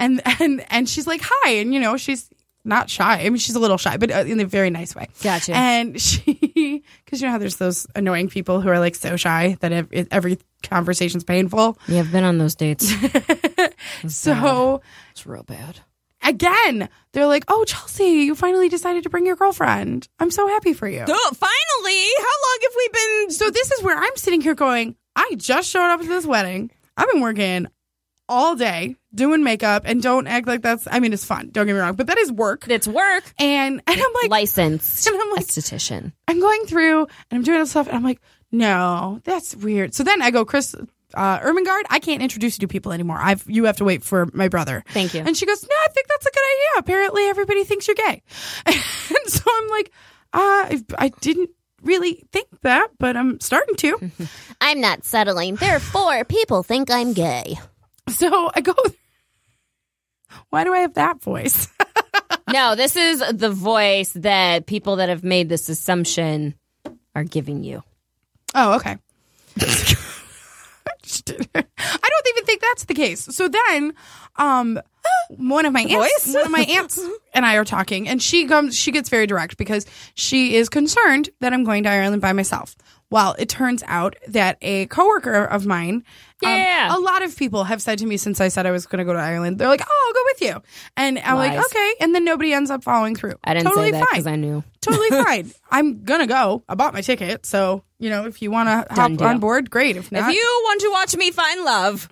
Speaker 2: and and and she's like, hi, and you know, she's not shy. I mean, she's a little shy, but uh, in a very nice way.
Speaker 3: Gotcha.
Speaker 2: And she, because you know how there's those annoying people who are like so shy that ev- it- every conversation's painful.
Speaker 3: Yeah, I've been on those dates. Mm-hmm.
Speaker 2: So
Speaker 3: it's real bad.
Speaker 2: again, they're like, oh, Chelsea, you finally decided to bring your girlfriend. I'm so happy for you.
Speaker 3: Oh, finally! How long have we been?
Speaker 2: So this is where I'm sitting here going, I just showed up to this wedding. I've been working all day doing makeup and don't act like that's I mean it's fun, don't get me wrong, but that is work.
Speaker 3: It's work.
Speaker 2: And and I'm like
Speaker 3: Licensed
Speaker 2: and I'm like
Speaker 3: esthetician.
Speaker 2: I'm going through and I'm doing all stuff and I'm like, no, that's weird. So then I go, Chris uh Ermengarde, I can't introduce you to people anymore. I've you have to wait for my brother.
Speaker 3: Thank you.
Speaker 2: And she goes, No, I think that's a good idea. Apparently everybody thinks you're gay. And so I'm like, uh, I I didn't really think that, but I'm starting to.
Speaker 3: Mm-hmm.
Speaker 7: I'm not settling. Therefore, people think I'm gay.
Speaker 2: So I go, why do I have that voice?
Speaker 3: No, this is the voice that people that have made this assumption are giving you.
Speaker 2: Oh, okay. I don't even think that's the case. So then, um, one of my aunts, one of my aunts and I are talking, and she comes. She gets very direct because she is concerned that I'm going to Ireland by myself. Well, it turns out that a coworker of mine, um,
Speaker 3: Yeah.
Speaker 2: a lot of people have said to me since I said I was going to go to Ireland, they're like, "Oh, I'll go with you," and I'm
Speaker 3: Lies.
Speaker 2: like, "Okay," and then nobody ends up following through.
Speaker 3: I didn't
Speaker 2: totally
Speaker 3: say that
Speaker 2: fine
Speaker 3: because I knew.
Speaker 2: totally fine. I'm gonna go. I bought my ticket, so you know if you want to hop
Speaker 3: deal.
Speaker 2: on board, great. If not,
Speaker 3: If you want to watch me find love,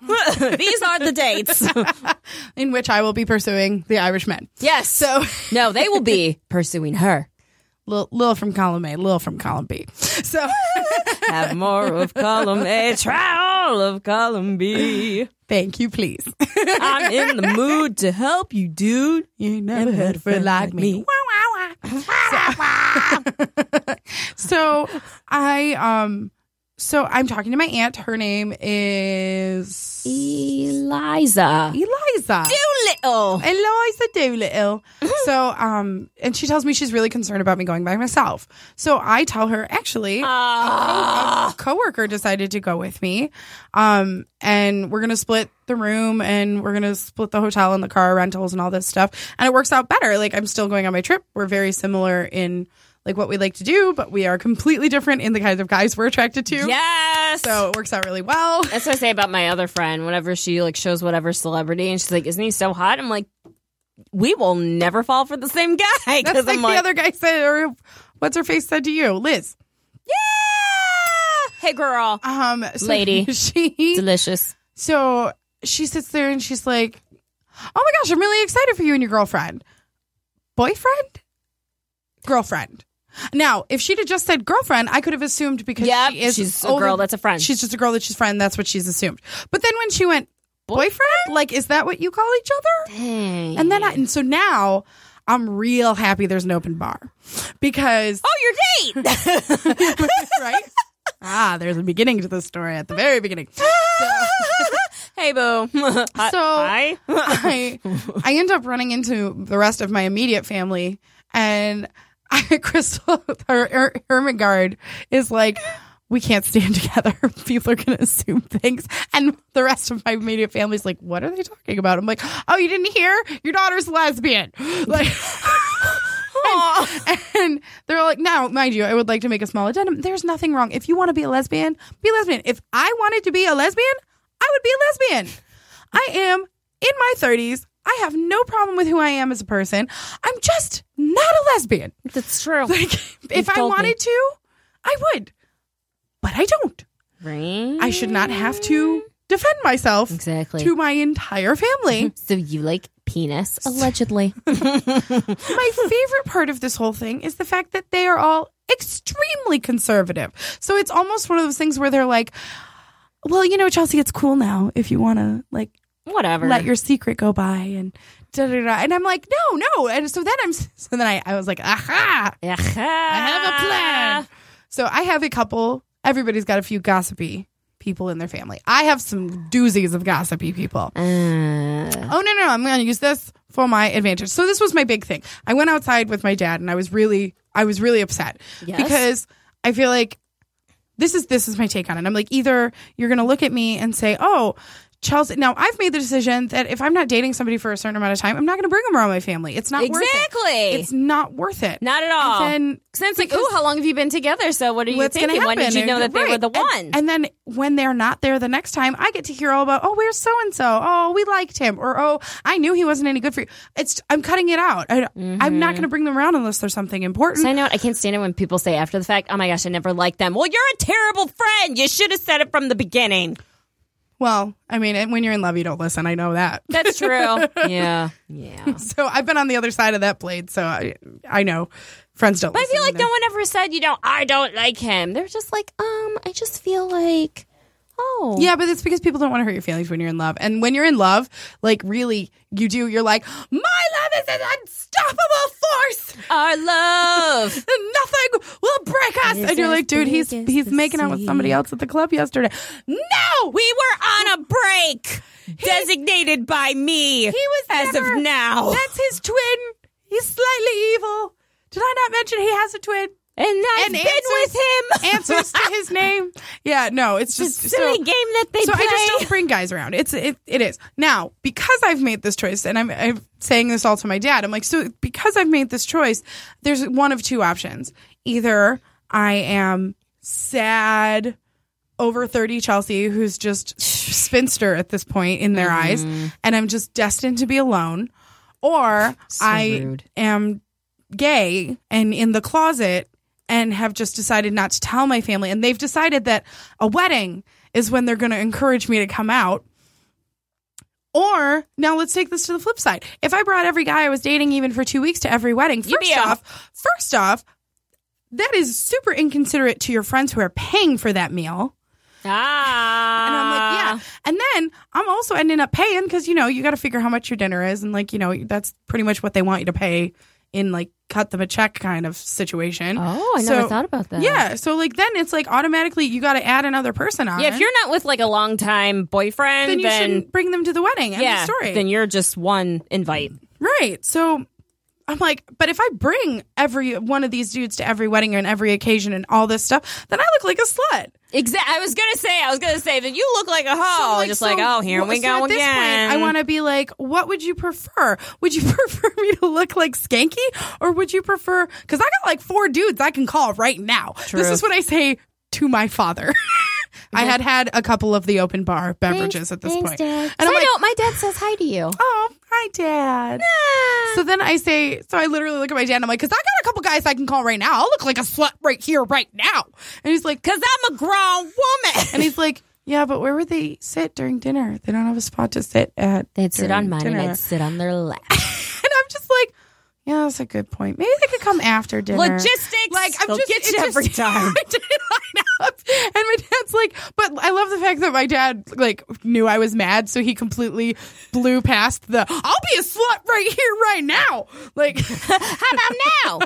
Speaker 3: these are the dates.
Speaker 2: in which I will be pursuing the Irishman.
Speaker 3: yes.
Speaker 2: So,
Speaker 3: no, they will be pursuing her.
Speaker 2: little, little from column A, little from column B. So,
Speaker 3: Have more of column A, try all of column B.
Speaker 2: thank you, please.
Speaker 3: I'm in the mood to help you, dude.
Speaker 2: You never had a friend like me. Wah, wah, wah. So, so I um, so I'm talking to my aunt. Her name is
Speaker 3: Eliza.
Speaker 2: E- Eliza.
Speaker 3: Doolittle.
Speaker 2: Eliza Doolittle. so, um, and she tells me she's really concerned about me going by myself. So I tell her, actually, a
Speaker 3: Ah.
Speaker 2: coworker decided to go with me, um, and we're gonna split the room and we're gonna split the hotel and the car rentals and all this stuff. And it works out better. Like I'm still going on my trip. We're very similar in like what we like to do, but we are completely different in the kinds of guys we're attracted to.
Speaker 3: Yes.
Speaker 2: So it works out really well.
Speaker 3: That's what I say about my other friend. Whenever she like shows whatever celebrity, and she's like, "Isn't he so hot?" I'm like, "We will never fall for the same guy."
Speaker 2: That's
Speaker 3: Because
Speaker 2: like,
Speaker 3: I'm like,
Speaker 2: the other guy said, or what's her face said to you, Liz.
Speaker 3: "Yeah, "Ah!" hey girl,
Speaker 2: Um, so
Speaker 3: Lady.
Speaker 2: She
Speaker 3: delicious."
Speaker 2: so she sits there and she's like, "Oh my gosh, I'm really excited for you and your girlfriend, boyfriend, girlfriend." Now, if she'd have just said girlfriend, I could have assumed because
Speaker 3: Yep,
Speaker 2: she is
Speaker 3: she's a
Speaker 2: older-
Speaker 3: girl that's a friend.
Speaker 2: She's just a girl that she's friend. That's what she's assumed. But then when she went boyfriend, like, is that what you call each other?
Speaker 3: Dang.
Speaker 2: And then I, and so now. I'm real happy there's an open bar because
Speaker 3: Oh, your date.
Speaker 2: right? ah, there's a beginning to the story at the very beginning.
Speaker 3: hey, boo.
Speaker 2: So-
Speaker 3: so hi.
Speaker 2: I I end up running into the rest of my immediate family, and I, Crystal her, her Ermengarde is like, we can't stand together. People are gonna assume things, and the rest of my immediate family's like, what are they talking about? I'm like, oh, you didn't hear? Your daughter's lesbian. Like. And, and they're like, now, mind you, I would like to make a small addendum. There's nothing wrong. If you want to be a lesbian, be a lesbian. If I wanted to be a lesbian, I would be a lesbian. I am in my 30s. I have no problem with who I am as a person. I'm just not a lesbian.
Speaker 3: That's true.
Speaker 2: Like, if I
Speaker 3: told me.
Speaker 2: wanted to, I would. But I don't.
Speaker 3: Right?
Speaker 2: I should not have to defend myself
Speaker 7: Exactly.
Speaker 2: to my entire family.
Speaker 7: So you like penis, allegedly.
Speaker 2: my favorite part of this whole thing is the fact that they are all extremely conservative. So it's almost one of those things where they're like, well, you know, Chelsea, it's cool now if you want to like
Speaker 3: Whatever.
Speaker 2: let your secret go by and da da da. And I'm like, no, no. And so then I'm so then I, I was like, aha,
Speaker 3: I
Speaker 2: I have a
Speaker 3: Ah.
Speaker 2: plan. So I have a couple. Everybody's got a few gossipy people in their family. I have some doozies of gossipy people.
Speaker 3: Uh,
Speaker 2: Oh no, no, I'm going to use this for my advantage. So this was my big thing. I went outside with my dad, and I was really, I was really upset
Speaker 3: Yes.
Speaker 2: because I feel like this is this is my take on it. I'm like, either you're gonna look at me and say, "Oh, Chelsea." Now I've made the decision that if I'm not dating somebody for a certain amount of time, I'm not gonna bring them around my family. It's not worth
Speaker 3: Exactly.
Speaker 2: it. It's not worth it.
Speaker 3: Not at all.
Speaker 2: And then
Speaker 3: Since like, ooh, how long have you been together? So what are you
Speaker 2: what's
Speaker 3: thinking?
Speaker 2: gonna
Speaker 3: When
Speaker 2: happen?
Speaker 3: did you know that they were
Speaker 2: Right.
Speaker 3: the
Speaker 2: And-
Speaker 3: one?
Speaker 2: And, then when they're not there the next time, I get to hear all about, oh, where's so and so? Oh, we liked him, or oh, I knew he wasn't any good for you. It's I'm cutting it out. I, I'm
Speaker 3: Mm-hmm.
Speaker 2: not gonna bring them around unless there's something important.
Speaker 3: Sign out. I can't stand it when people say after the fact, "Oh my gosh, I never liked them." Well, you're a terrible friend. You should have said it from the beginning.
Speaker 2: Well, I mean, and when you're in love, you don't listen. I know that.
Speaker 3: That's true. yeah, yeah. But
Speaker 2: So I've been on the other side of that blade, so I, I know friends don't.
Speaker 3: I
Speaker 2: listen
Speaker 3: feel like
Speaker 2: either.
Speaker 3: no one ever said, you know, I don't like him. They're just like, um, I just feel like, oh,
Speaker 2: Yeah, but it's because people don't want to hurt your feelings when you're in love. And when you're in love, like really, you do. You're like, my love is an unstoppable force.
Speaker 3: our love.
Speaker 2: and Nothing will break us. And you're like, dude, he's he's making out with somebody else at the club yesterday. No, we,
Speaker 3: we were on a break, designated by me. He
Speaker 2: was
Speaker 3: as
Speaker 2: never-
Speaker 3: of now,
Speaker 2: that's his twin. He's slightly evil. Did I not mention he has a twin?
Speaker 3: and I've
Speaker 2: and
Speaker 3: been
Speaker 2: answers-
Speaker 3: with him.
Speaker 2: Answers to his name. Yeah, no, it's
Speaker 3: It's
Speaker 2: just
Speaker 3: a silly
Speaker 2: so-
Speaker 3: game that they
Speaker 2: so
Speaker 3: play.
Speaker 2: I just don't bring guys around. It's it, it is now because I've made this choice, and I'm, I'm saying this all to my dad. I'm like, so because I've made this choice, there's one of two options: either I am sad over 30 Chelsea who's just spinster at this point in their
Speaker 3: Mm-hmm.
Speaker 2: eyes and I'm just destined to be alone or I am gay and in the closet and have just decided not to tell my family and they've decided that a wedding is when they're going to encourage me to come out or now let's take this to the flip side. If I brought every guy I was dating even for two weeks to every wedding,
Speaker 3: You'd be
Speaker 2: first off, first off, that is super inconsiderate to your friends who are paying for that meal.
Speaker 3: ah,
Speaker 2: And I'm like, yeah. And then I'm also ending up paying because, you know, you got to figure how much your dinner is. And, like, you know, that's pretty much what they want you to pay in, like, cut them a check kind of situation.
Speaker 3: Oh, I
Speaker 2: So-
Speaker 3: never thought about that.
Speaker 2: Yeah. So, like, then it's like automatically you got to add another person on.
Speaker 3: Yeah, if you're not with like a long time boyfriend,
Speaker 2: then
Speaker 3: then,
Speaker 2: you shouldn't bring them to the wedding. End
Speaker 3: yeah,
Speaker 2: of story.
Speaker 3: then you're just one invite.
Speaker 2: Right. So I'm like, but if I bring every one of these dudes to every wedding and every occasion and all this stuff, then I look like a slut.
Speaker 3: Exactly. I was gonna say, I was gonna say that you look like a
Speaker 2: So,
Speaker 3: hoe. just like,
Speaker 2: so-
Speaker 3: oh, here we
Speaker 2: so
Speaker 3: go
Speaker 2: at this
Speaker 3: again.
Speaker 2: Point, I want to be like, what would you prefer? Would you prefer me to look like skanky, or would you prefer? Because I got like four dudes I can call right now. This is what I say to my father. I had had a couple of the open bar beverages at this
Speaker 7: thanks,
Speaker 2: point,
Speaker 7: Dad.
Speaker 2: and I'm
Speaker 7: I
Speaker 2: like,
Speaker 7: don't. My dad says hi to you.
Speaker 2: oh, hi, dad. So then I say, so I literally look at my dad. And I'm like, because I got a couple guys I can call right now. I'll look like a slut right here, right now. And he's like,
Speaker 3: because I'm a grown woman.
Speaker 2: and he's like, yeah, but where would they sit during dinner? They don't have a spot to sit at.
Speaker 7: They'd
Speaker 2: sit on mine and Dinner. I'd
Speaker 7: sit on their lap.
Speaker 2: And I'm just like, yeah, that's a good point. Maybe they could come after dinner.
Speaker 3: Logistics,
Speaker 2: Like I'm
Speaker 3: they'll
Speaker 2: just
Speaker 3: get
Speaker 2: it
Speaker 3: you
Speaker 2: just-
Speaker 3: every time.
Speaker 2: I didn't line up. And my dad's like, but I love the fact that my dad like knew I was mad, so he completely blew past the I'll be a slut right here, right now. Like
Speaker 7: now,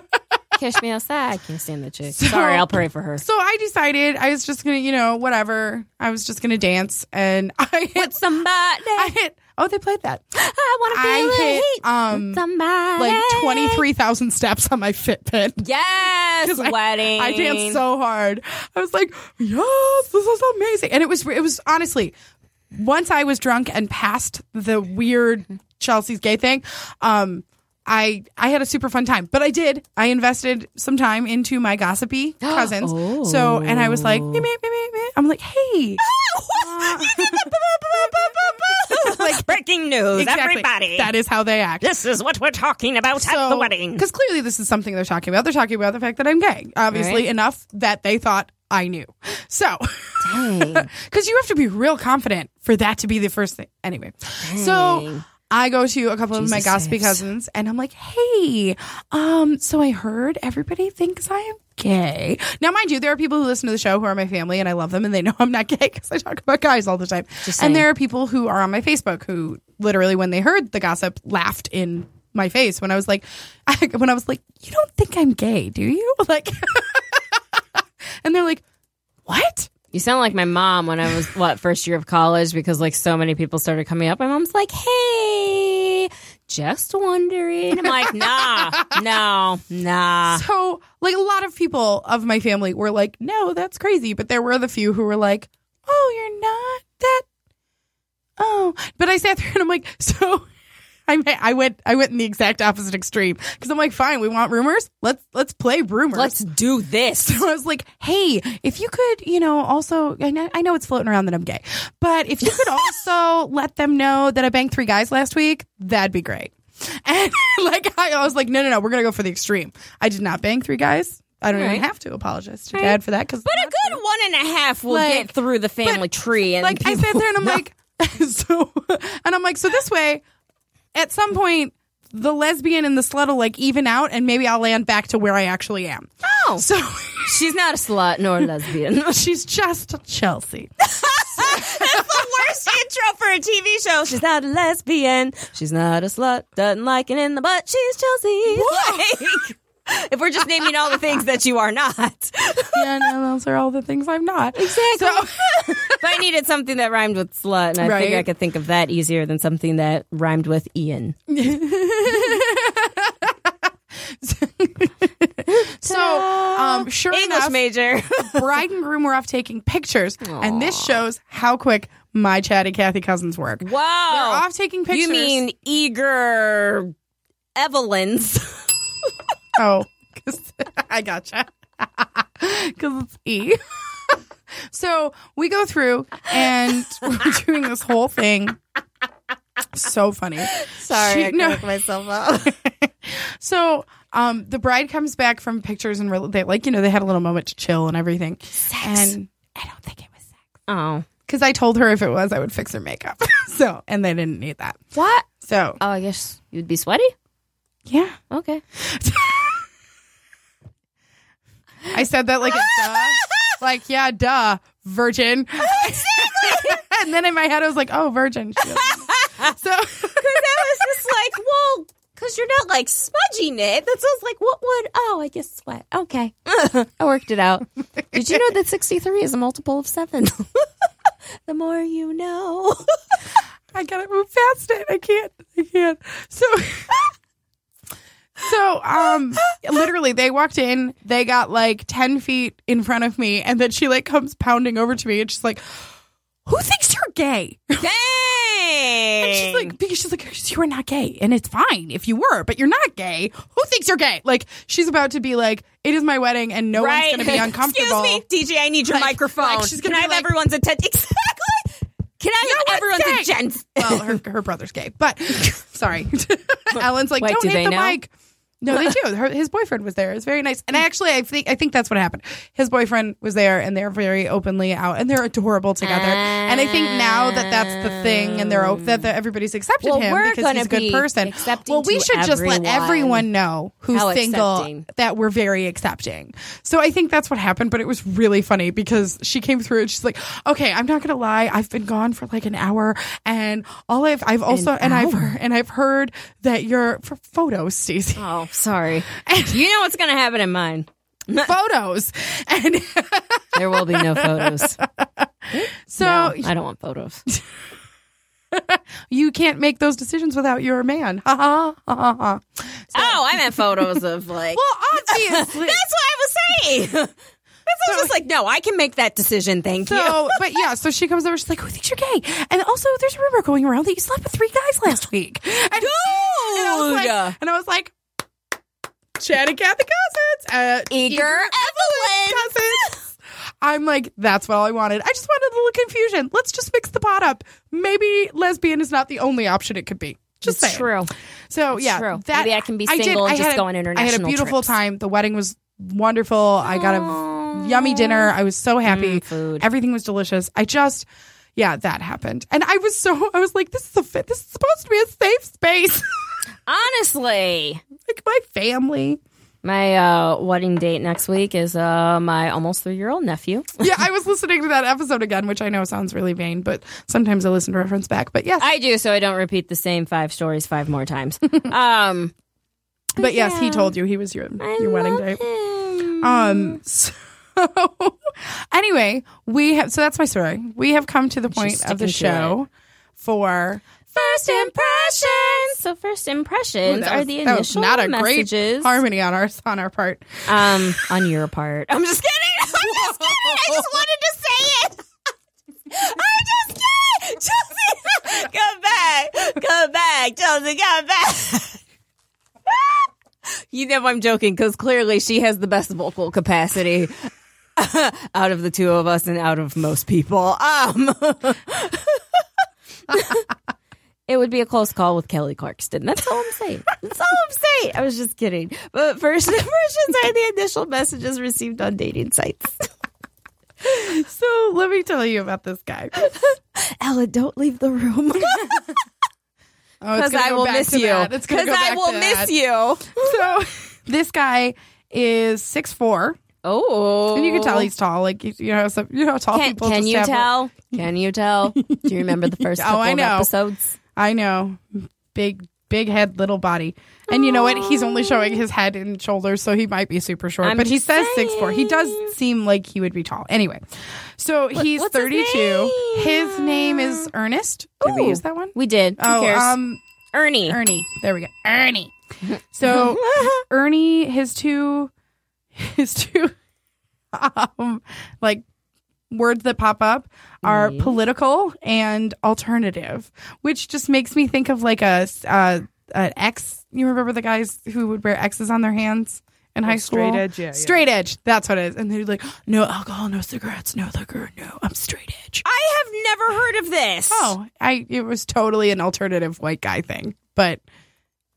Speaker 7: kiss me outside. I can't stand the chick.
Speaker 3: Sorry, I'll pray for her.
Speaker 2: So I decided I was just gonna, you know, whatever. I was just gonna dance, and I hit.
Speaker 7: Somebody,
Speaker 2: I hit. Oh, they played that.
Speaker 7: I want to
Speaker 2: I hit um
Speaker 7: Somebody,
Speaker 2: like twenty three thousand steps on my Fitbit.
Speaker 3: Yes,
Speaker 2: 'Cause I-
Speaker 3: wedding.
Speaker 2: I danced so hard. I was like, yes, this is amazing. And it was, it was honestly, once I was drunk and past the weird Chelsea's gay thing, um, I I had a super fun time. But I did. I invested some time into my gossipy cousins. So and I was like, meh, meh, meh, meh, meh. I'm like, hey,
Speaker 3: like breaking news,
Speaker 2: exactly.
Speaker 3: everybody.
Speaker 2: That is how they act.
Speaker 6: This is what we're talking about at the wedding.
Speaker 2: Because clearly, this is something they're talking about. They're talking about the fact that I'm gay, obviously, enough that they thought I knew. So, because you have to be real confident for that to be the first thing. Anyway, so. I go to a couple of my gossipy cousins and I'm like, hey, um, so I heard everybody thinks I am gay. Now, mind you, there are people who listen to the show who are my family and I love them and they know I'm not gay because I talk about guys all the time. and there are people who are on my Facebook who literally, when they heard the gossip, laughed in my face when I was like, when I was like, you don't think I'm gay, do you? Like, and they're like, what?
Speaker 3: You sound like my mom when I was what first year of college because like so many people started coming up. My mom's like, "Hey, just wondering. I'm like, nah, no, nah.
Speaker 2: So, like a lot of people of my family were like, "No, that's crazy," but there were the few who were like, "Oh, you're not that." Oh, but I sat there and I'm like, so. I, ma- I went I went in the exact opposite extreme because I'm like fine we want rumors let's let's play rumors
Speaker 3: Let's do this.
Speaker 2: so I was like hey if you could you know also I know, I know it's floating around that I'm gay but if you could also let them know that I banged three guys last week that'd be great and like I, I was like, no, no, no, we're gonna go for the extreme. I did not bang three guys. I don't
Speaker 3: Right.
Speaker 2: even have to apologize to dad for that because
Speaker 3: But a good one and a half will
Speaker 2: Like,
Speaker 3: get through the family tree. And
Speaker 2: like I
Speaker 3: people-
Speaker 2: sat there and I'm like, so, and I'm like, so this way, at some point, the lesbian and the slut'll like even out, and maybe I'll land back to where I actually am.
Speaker 3: Oh.
Speaker 2: so
Speaker 3: she's not a slut nor a lesbian.
Speaker 2: she's just Chelsea.
Speaker 3: Worst intro for a TV show. She's not a lesbian. She's not a slut. Doesn't like it in the butt. She's Chelsea. Like, if we're just naming all the things that you are not,
Speaker 2: yeah, no, those are all the things I'm not.
Speaker 3: Exactly. if I needed something that rhymed with slut, and I think
Speaker 2: Right.
Speaker 3: I could think of that easier than something that rhymed with Ian.
Speaker 2: So, um, sure
Speaker 3: English
Speaker 2: enough,
Speaker 3: major.
Speaker 2: bride and groom were off taking pictures, and this shows how quick my chatty Kathy cousins work.
Speaker 3: Wow.
Speaker 2: They're off taking pictures.
Speaker 3: You mean eager Evelyn's?
Speaker 2: Oh, 'cause- I gotcha. Because it's E. so we go through and we're doing this whole thing. So funny. Sorry, I no. myself up. so um, the bride comes back from pictures and re- they like you know they had a little moment to chill and everything. And I don't think it was sex
Speaker 3: Oh,
Speaker 2: because I told her if it was I would fix her makeup. so and they didn't need that.
Speaker 3: what?
Speaker 2: So
Speaker 3: Oh, I guess you'd be sweaty.
Speaker 2: yeah,
Speaker 3: Okay.
Speaker 2: I said that like a duh. Like, yeah, duh, virgin. and then in my head, I was like, oh, virgin. She doesn't. so,
Speaker 3: It's just like, well, because you're not like smudging it. That sounds like what would? Oh, I guess sweat. Okay, I worked it out. Did you know that 63 is a multiple of seven? the more you know.
Speaker 2: I gotta move past it. I can't. I can't. So, so, um, literally, they walked in. They got like ten feet in front of me, and then she like comes pounding over to me, and she's like, "Who thinks you're gay?"
Speaker 3: Dang.
Speaker 2: And she's like, because she's like, you are not gay, and it's fine if you were, but you're not gay. Who thinks you're gay? Like, she's about to be like, it is my wedding, and no one's going to be uncomfortable.
Speaker 3: Excuse me, DJ. I need your microphone.
Speaker 2: like, she's
Speaker 3: Can
Speaker 2: gonna
Speaker 3: I
Speaker 2: be
Speaker 3: have
Speaker 2: like-
Speaker 3: everyone's attention? Exactly. Can I
Speaker 2: No Oh, one's
Speaker 3: have everyone's
Speaker 2: gay.
Speaker 3: attention?
Speaker 2: Well, her, her brother's gay, but sorry, Ellen's like,
Speaker 3: Wait,
Speaker 2: don't
Speaker 3: do
Speaker 2: hit
Speaker 3: they
Speaker 2: the
Speaker 3: know?
Speaker 2: mic. No, they do. Her, his boyfriend was there. It's very nice, and actually, I think I think that's what happened. His boyfriend was there, and they're very openly out, and they're adorable together. And I think now that that's the thing, and they're o- that that everybody's accepted
Speaker 3: Well,
Speaker 2: him
Speaker 3: we're
Speaker 2: because
Speaker 3: gonna
Speaker 2: he's a good
Speaker 3: be
Speaker 2: person.
Speaker 3: accepting
Speaker 2: Well, we
Speaker 3: to
Speaker 2: should just let
Speaker 3: everyone.
Speaker 2: everyone know who's
Speaker 3: How
Speaker 2: single
Speaker 3: accepting.
Speaker 2: that we're very accepting. So I think that's what happened, but it was really funny because she came through and she's like, "Okay, I'm not going to lie. I've been gone for like an hour and all I've I've also and I've and I've heard that you're for photos, Stacey.
Speaker 3: Oh, sorry. you know what's going to happen in mine.
Speaker 2: photos. And
Speaker 3: There will be no photos.
Speaker 2: so
Speaker 3: I don't want photos.
Speaker 2: you can't make those decisions without your man. Ha ha ha ha. ha.
Speaker 3: Oh, I meant photos of like.
Speaker 2: Well, obviously.
Speaker 3: that's what I was saying. That's I was just like, no, I can make that decision. Thank you.
Speaker 2: So, but yeah, so she comes over. She's like, "Who thinks you're gay?" And also, there's a rumor going around that you slept with three guys last week. And, and I was
Speaker 3: Dude.
Speaker 2: like, and I was like, Chad and Kathy cousins, uh,
Speaker 3: Eager Evelyn.
Speaker 2: cousins. I'm like, that's what I wanted. I just wanted a little confusion. Let's just mix the pot up. Maybe lesbian is not the only option it could be. Just saying.
Speaker 3: True.
Speaker 2: So
Speaker 3: It's
Speaker 2: yeah,
Speaker 3: true.
Speaker 2: That,
Speaker 3: Maybe I can be
Speaker 2: did-
Speaker 3: single and just
Speaker 2: had
Speaker 3: go on
Speaker 2: I had a
Speaker 3: international
Speaker 2: beautiful
Speaker 3: trips.
Speaker 2: time. The wedding was wonderful. I got a yummy dinner. I was so happy.
Speaker 3: Mm, food.
Speaker 2: Everything was delicious. I just, yeah, that happened, and I was so I was like, this is a fit. This is supposed to be a safe space.
Speaker 3: Honestly,
Speaker 2: like my family.
Speaker 3: my uh, wedding date next week is uh, my almost three year old nephew.
Speaker 2: Yeah, I was listening to that episode again, which I know sounds really vain, but sometimes I listen to reference back. But yes,
Speaker 3: I do, so I don't repeat the same five stories five more times. Um,
Speaker 2: but yes, he told you he was your your wedding date. Um.
Speaker 3: Mm.
Speaker 2: So anyway, we have. So that's my story. We have come to the point of the
Speaker 3: sticking to
Speaker 2: show for first impressions.
Speaker 3: So first
Speaker 2: Ooh,
Speaker 3: impressions
Speaker 2: that
Speaker 3: are
Speaker 2: was-
Speaker 3: the
Speaker 2: that was
Speaker 3: initial
Speaker 2: not a
Speaker 3: messages.
Speaker 2: great harmony on our on our part.
Speaker 3: um, on your part. I'm just kidding. I'm just kidding. I just wanted to say it. I'm just kidding. Chelsea, come back. Come back. Chelsea, come back. you know I'm joking because clearly she has the best vocal capacity out of the two of us and out of most people. Um. It would be a close call with Kelly Clarkston. That's all I'm saying. That's all I'm saying. I was just kidding. But first impressions are the initial messages received on dating sites.
Speaker 2: So let me tell you about this guy.
Speaker 3: Ella, don't leave the room
Speaker 2: Oh, it's
Speaker 3: because
Speaker 2: gonna
Speaker 3: I
Speaker 2: go
Speaker 3: will
Speaker 2: back
Speaker 3: miss
Speaker 2: to
Speaker 3: you.
Speaker 2: that. It's gonna go
Speaker 3: I
Speaker 2: back
Speaker 3: will
Speaker 2: to
Speaker 3: miss
Speaker 2: that.
Speaker 3: you.
Speaker 2: So this guy is six four,
Speaker 3: Oh,
Speaker 2: and you can tell he's tall. Like you you know, some, you know, how tall
Speaker 3: Can,
Speaker 2: people.
Speaker 3: can
Speaker 2: just
Speaker 3: you
Speaker 2: have-
Speaker 3: tell? Can you tell? Do you remember the first
Speaker 2: Oh,
Speaker 3: couple
Speaker 2: I
Speaker 3: of
Speaker 2: know.
Speaker 3: episodes?
Speaker 2: I know, big big head, little body. And you know what? He's only showing his head and shoulders, so he might be super short.
Speaker 3: I'm
Speaker 2: but he
Speaker 3: just
Speaker 2: says six four. He does
Speaker 3: saying.
Speaker 2: seem like he would be tall. Anyway, so he's
Speaker 3: what's his
Speaker 2: thirty two.
Speaker 3: name?
Speaker 2: His name is Ernest. Did we
Speaker 3: Ooh.
Speaker 2: use that one?
Speaker 3: We did. Who
Speaker 2: Oh,
Speaker 3: cares?
Speaker 2: um,
Speaker 3: Ernie.
Speaker 2: Ernie. There we go. Ernie. So Ernie, his two, his two, um, like words that pop up are political and alternative, which just makes me think of like a uh, an X. You remember the guys who would wear X's on their hands in high school?
Speaker 5: straight edge, yeah, yeah.
Speaker 2: Straight edge. That's what it is. And they're like, no alcohol, no cigarettes, no liquor, no. I'm straight edge.
Speaker 3: I have never heard of this.
Speaker 2: Oh, I it was totally an alternative white guy thing, but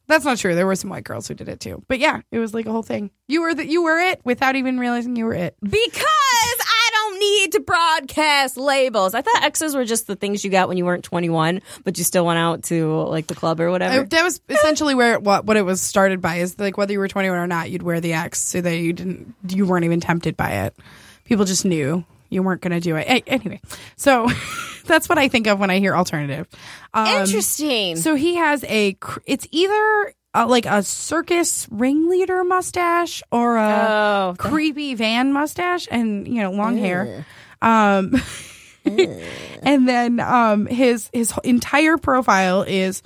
Speaker 2: that's not true. There were some white girls who did it too. But yeah, it was like a whole thing. You were the, you were it without even realizing you were it.
Speaker 3: Because I don't need to broadcast labels. I thought X's were just the things you got when you weren't 21, but you still went out to like the club or
Speaker 2: I-
Speaker 3: whatever.
Speaker 2: that was essentially where it, what what it was started by is like whether you were 21 or not, you'd wear the X so that you didn't you weren't even tempted by it. People just knew you weren't going to do it. A- anyway, so that's what I think of when I hear alternative. Um,
Speaker 3: Interesting.
Speaker 2: So he has a. cr- It's either uh, like a circus ringleader mustache or a
Speaker 3: oh,
Speaker 2: creepy van mustache, and you know long hair. Um, and then um, his his entire profile is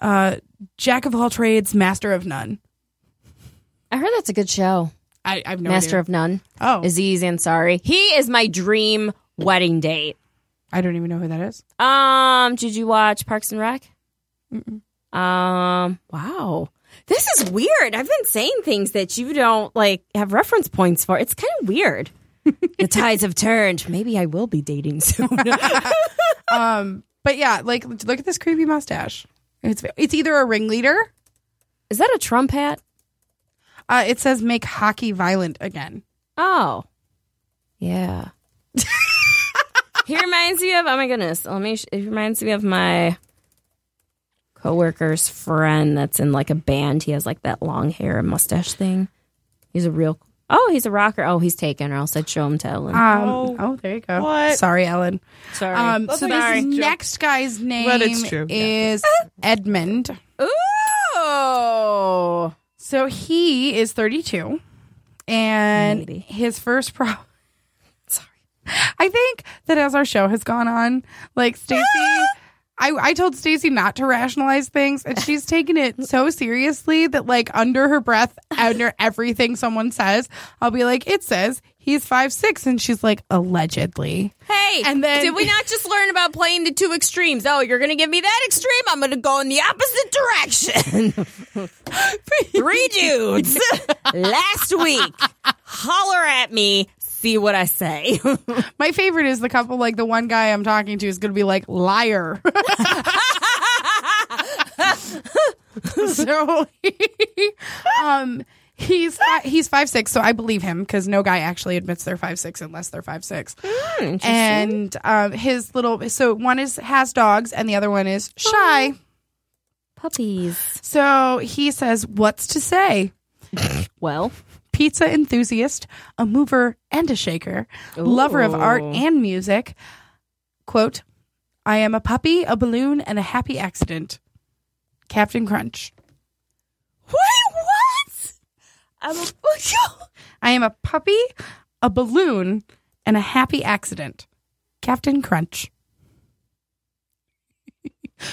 Speaker 2: uh, jack of all trades, master of none.
Speaker 3: I heard that's a good show.
Speaker 2: I, I've no
Speaker 3: Master
Speaker 2: idea.
Speaker 3: of None.
Speaker 2: Oh,
Speaker 3: Aziz Ansari. He is my dream wedding date.
Speaker 2: I don't even know who that is.
Speaker 3: Um, did you watch Parks and Rec? Um, wow. This is weird. I've been saying things that you don't like have reference points for. It's kind of weird. the tides have turned. Maybe I will be dating soon.
Speaker 2: Um, but yeah, like look at this creepy mustache. It's it's either a ringleader.
Speaker 3: is that a Trump hat?
Speaker 2: Uh, it says make hockey violent again.
Speaker 3: Oh. Yeah. he reminds me of oh my goodness. Let me sh- it reminds me of my coworker's friend that's in like a band. He has like that long hair and mustache thing. He's a real Oh, he's a rocker. Oh, he's taken, or else I'd show him to Ellen.
Speaker 2: Um,
Speaker 5: Oh.
Speaker 2: oh, there you go.
Speaker 5: What?
Speaker 2: Sorry, Ellen.
Speaker 3: Sorry.
Speaker 2: Um, so
Speaker 5: Sorry.
Speaker 2: this next guy's name
Speaker 5: But it's true, yeah.
Speaker 2: is Edmund.
Speaker 3: Ooh.
Speaker 2: So he is 32, and
Speaker 3: Maybe.
Speaker 2: his first pro. Sorry, I think that as our show has gone on, like Stacy, I I told Stacy not to rationalize things, and she's taken it so seriously that like under her breath, under everything someone says, I'll be like, it says he's five six, and she's like, allegedly.
Speaker 3: Hey,
Speaker 2: And then-
Speaker 3: did we not just learn about playing the two extremes? Oh, you're going to give me that extreme. I'm going to go in the opposite direction. Three dudes last week. Holler at me. See what I say.
Speaker 2: My favorite is the couple, like the one guy I'm talking to is going to be like, liar. so he, um, he's fi- he's five six, so I believe him because no guy actually admits they're five six unless they're five six. and um, his little so one is has dogs and the other one is shy.
Speaker 3: Puppies.
Speaker 2: So he says, "What's to say?"
Speaker 3: Well,
Speaker 2: pizza enthusiast, a mover and a shaker, lover of art
Speaker 3: Ooh.
Speaker 2: and music. Quote, I am a puppy, a balloon, and a happy accident. Captain Crunch.
Speaker 3: wait, what? I'm a,
Speaker 2: I am a puppy, a balloon, and a happy accident. Captain Crunch.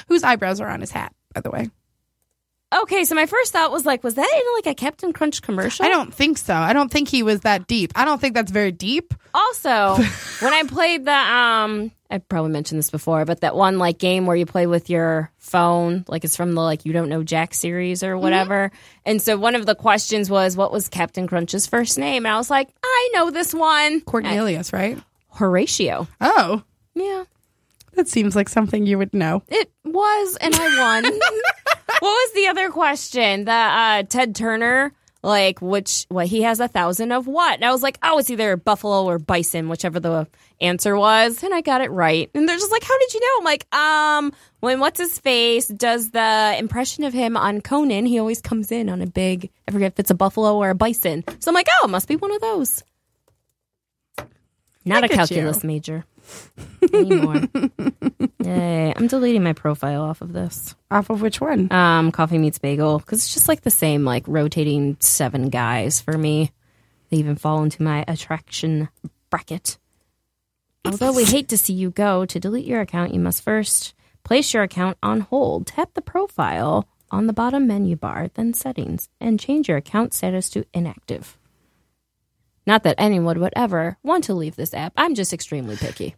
Speaker 2: Whose eyebrows are on his hat, by the way.
Speaker 3: okay, so my first thought was like, was that in like a Captain Crunch commercial?
Speaker 2: I don't think so. I don't think he was that deep. I don't think that's very deep.
Speaker 3: Also, when I played the um, I probably mentioned this before, but that one like game where you play with your phone, like it's from the like you don't know Jack series or whatever. And so one of the questions was, what was Captain Crunch's first name? And I was like, I know this one,
Speaker 2: Cornelius, right?
Speaker 3: Horatio.
Speaker 2: Oh,
Speaker 3: Yeah,
Speaker 2: that seems like something you would know.
Speaker 3: it was, and I won. what was the other question? The uh, Ted Turner. Like which what he has a thousand of what? And I was like, oh, it's either buffalo or bison, whichever the answer was, and I got it right. And they're just like, how did you know? I'm like, um, when what's his face does the impression of him on Conan, he always comes in on a big. I forget if it's a buffalo or a bison. So I'm like, oh, it must be one of those. Not
Speaker 2: Look
Speaker 3: a
Speaker 2: at
Speaker 3: calculus major anymore. Yay! I'm deleting my profile off of this.
Speaker 2: Off of which one?
Speaker 3: Um, coffee meets bagel because it's just like the same, like rotating seven guys for me. They even fall into my attraction bracket. Although we hate to see you go, to delete your account, you must first place your account on hold. Tap the profile on the bottom menu bar, then settings, and change your account status to inactive. Not that anyone would ever want to leave this app. I'm just extremely picky.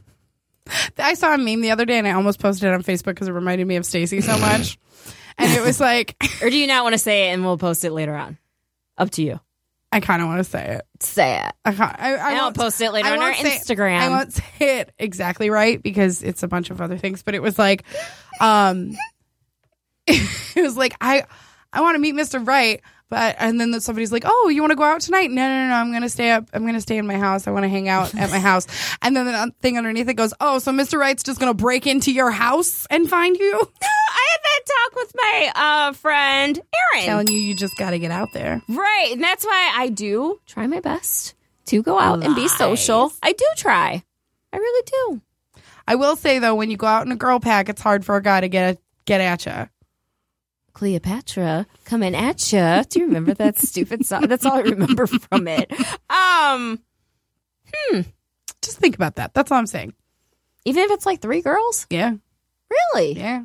Speaker 2: I saw a meme the other day and I almost posted it on Facebook because it reminded me of Stacy so much. and it was like,
Speaker 3: Or do you not want to say it and we'll post it later on? Up to you.
Speaker 2: I kind of want to say it.
Speaker 3: Say it.
Speaker 2: I, can't, I, I
Speaker 3: And I'll
Speaker 2: won't-
Speaker 3: post it later
Speaker 2: I
Speaker 3: on our
Speaker 2: won't say-
Speaker 3: Instagram.
Speaker 2: I won't say it exactly right because it's a bunch of other things, but it was like, um, it was like I, I want to meet Mr. Right, but and then somebody's like, oh, you want to go out tonight? No, no, no, no, I'm gonna stay up. I'm gonna stay in my house. I want to hang out at my house. And then the thing underneath it goes, oh, so Mr. Right's just gonna break into your house and find you,
Speaker 3: I had that talk with my uh, friend Erin.
Speaker 2: telling you you just gotta get out there.
Speaker 3: Right. And that's why I do try my best to go out and be social. I do try. I really do.
Speaker 2: I will say though, when you go out in a girl pack, it's hard for a guy to get get at you.
Speaker 3: Cleopatra coming at you. Do you remember that stupid song? That's all I remember from it. Um,
Speaker 2: Just think about that. That's all I'm saying.
Speaker 3: even if it's like three girls,
Speaker 2: Yeah.
Speaker 3: really?
Speaker 2: Yeah.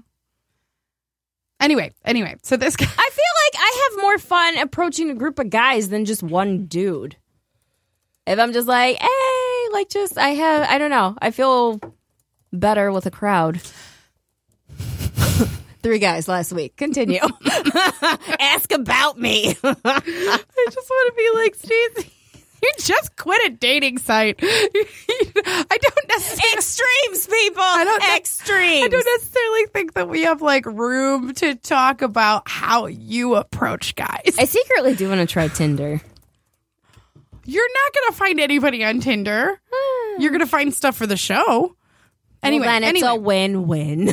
Speaker 2: Anyway, anyway, so this guy,
Speaker 3: I feel like I have more fun approaching a group of guys than just one dude. If I'm just like, hey, like just I have I don't know. I feel better with a crowd. Three guys last week. Continue. Ask about me.
Speaker 2: I just want to be like Stacey. You just quit a dating site. I don't necessarily.
Speaker 3: Extremes, people. I
Speaker 2: don't know-
Speaker 3: Extremes.
Speaker 2: I don't necessarily think that we have like room to talk about how you approach guys.
Speaker 3: I secretly do want to try Tinder.
Speaker 2: You're not going to find anybody on Tinder. You're going to find stuff for the show. Anyway,
Speaker 3: well, Hmm. then it's
Speaker 2: anyway.
Speaker 3: a win-win.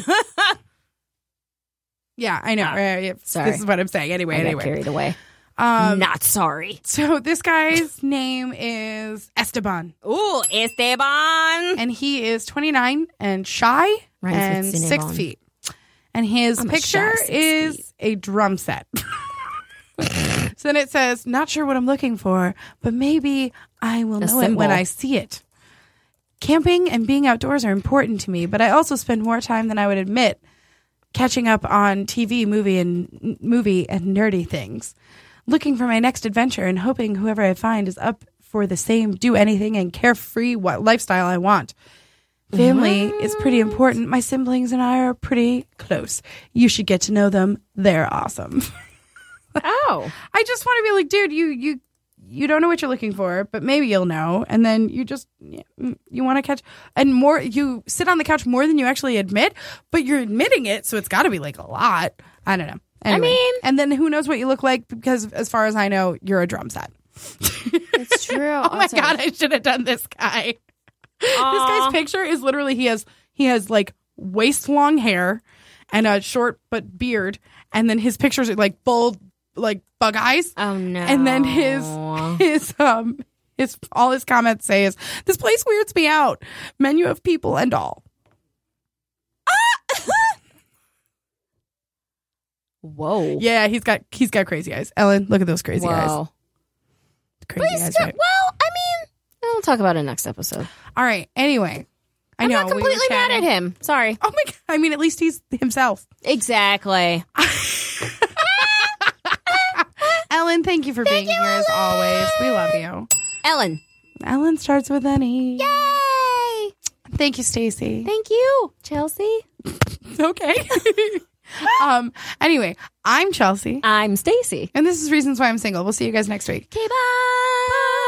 Speaker 2: yeah, I know. right, yeah,
Speaker 3: sorry.
Speaker 2: This is what I'm saying. Anyway,
Speaker 3: I got
Speaker 2: anyway.
Speaker 3: carried away.
Speaker 2: Um,
Speaker 3: Not sorry.
Speaker 2: So this guy's name is Esteban.
Speaker 3: Ooh, Esteban.
Speaker 2: and he is 29 and shy
Speaker 3: Rhymes
Speaker 2: and
Speaker 3: with
Speaker 2: six
Speaker 3: Cinnabon.
Speaker 2: feet. And his
Speaker 3: I'm a
Speaker 2: picture
Speaker 3: shy six
Speaker 2: is
Speaker 3: feet.
Speaker 2: a drum set. so then it says, "Not sure what I'm looking for, but maybe I will
Speaker 3: A
Speaker 2: know it when
Speaker 3: symbol.
Speaker 2: I see it." Camping and being outdoors are important to me, but I also spend more time than I would admit catching up on TV, movie, and n- movie and nerdy things. Looking for my next adventure and hoping whoever I find is up for the same do anything and carefree what lifestyle I want. Family is pretty important. My siblings and I are pretty close. You should get to know them. They're awesome.
Speaker 3: Oh.
Speaker 2: I just want to be like, dude, you you you don't know what you're looking for, but maybe you'll know. And then you just yeah, mm, you want to catch and more. You sit on the couch more than you actually admit, but you're admitting it, so it's got to be like a lot. I don't know. Anyway,
Speaker 3: mean-
Speaker 2: and then who knows what you look like because, as far as I know, you're a drum set.
Speaker 3: It's true.
Speaker 2: Oh my god, I should have done this guy. This guy's picture is literally he has he has like waist long hair and a short but beard, and then his pictures are like bold like bug eyes.
Speaker 3: Oh no.
Speaker 2: and then his his um his all his comments say is this place weirds me out menu of people and all
Speaker 3: Whoa.
Speaker 2: yeah he's got he's got crazy eyes ellen look at those crazy eyes
Speaker 3: Wow.
Speaker 2: crazy eyes right?
Speaker 3: Well, I mean, we'll talk about it next episode.
Speaker 2: all right anyway I
Speaker 3: I'm
Speaker 2: know.
Speaker 3: not
Speaker 2: we were
Speaker 3: completely mad at
Speaker 2: chatting.
Speaker 3: him. Sorry.
Speaker 2: Oh my god! I mean, at least he's himself.
Speaker 3: Exactly.
Speaker 2: Ellen, thank you for being here as always. We love you.
Speaker 3: Ellen.
Speaker 2: Ellen starts with an E.
Speaker 3: Yay!
Speaker 2: Thank you, Stacy.
Speaker 3: Thank you, Chelsea.
Speaker 2: Okay. um. Anyway, I'm Chelsea,
Speaker 3: I'm Stacy.
Speaker 2: and this is Reasons Why I'm Single. We'll see you guys next week.
Speaker 3: Okay, bye.
Speaker 2: Ah,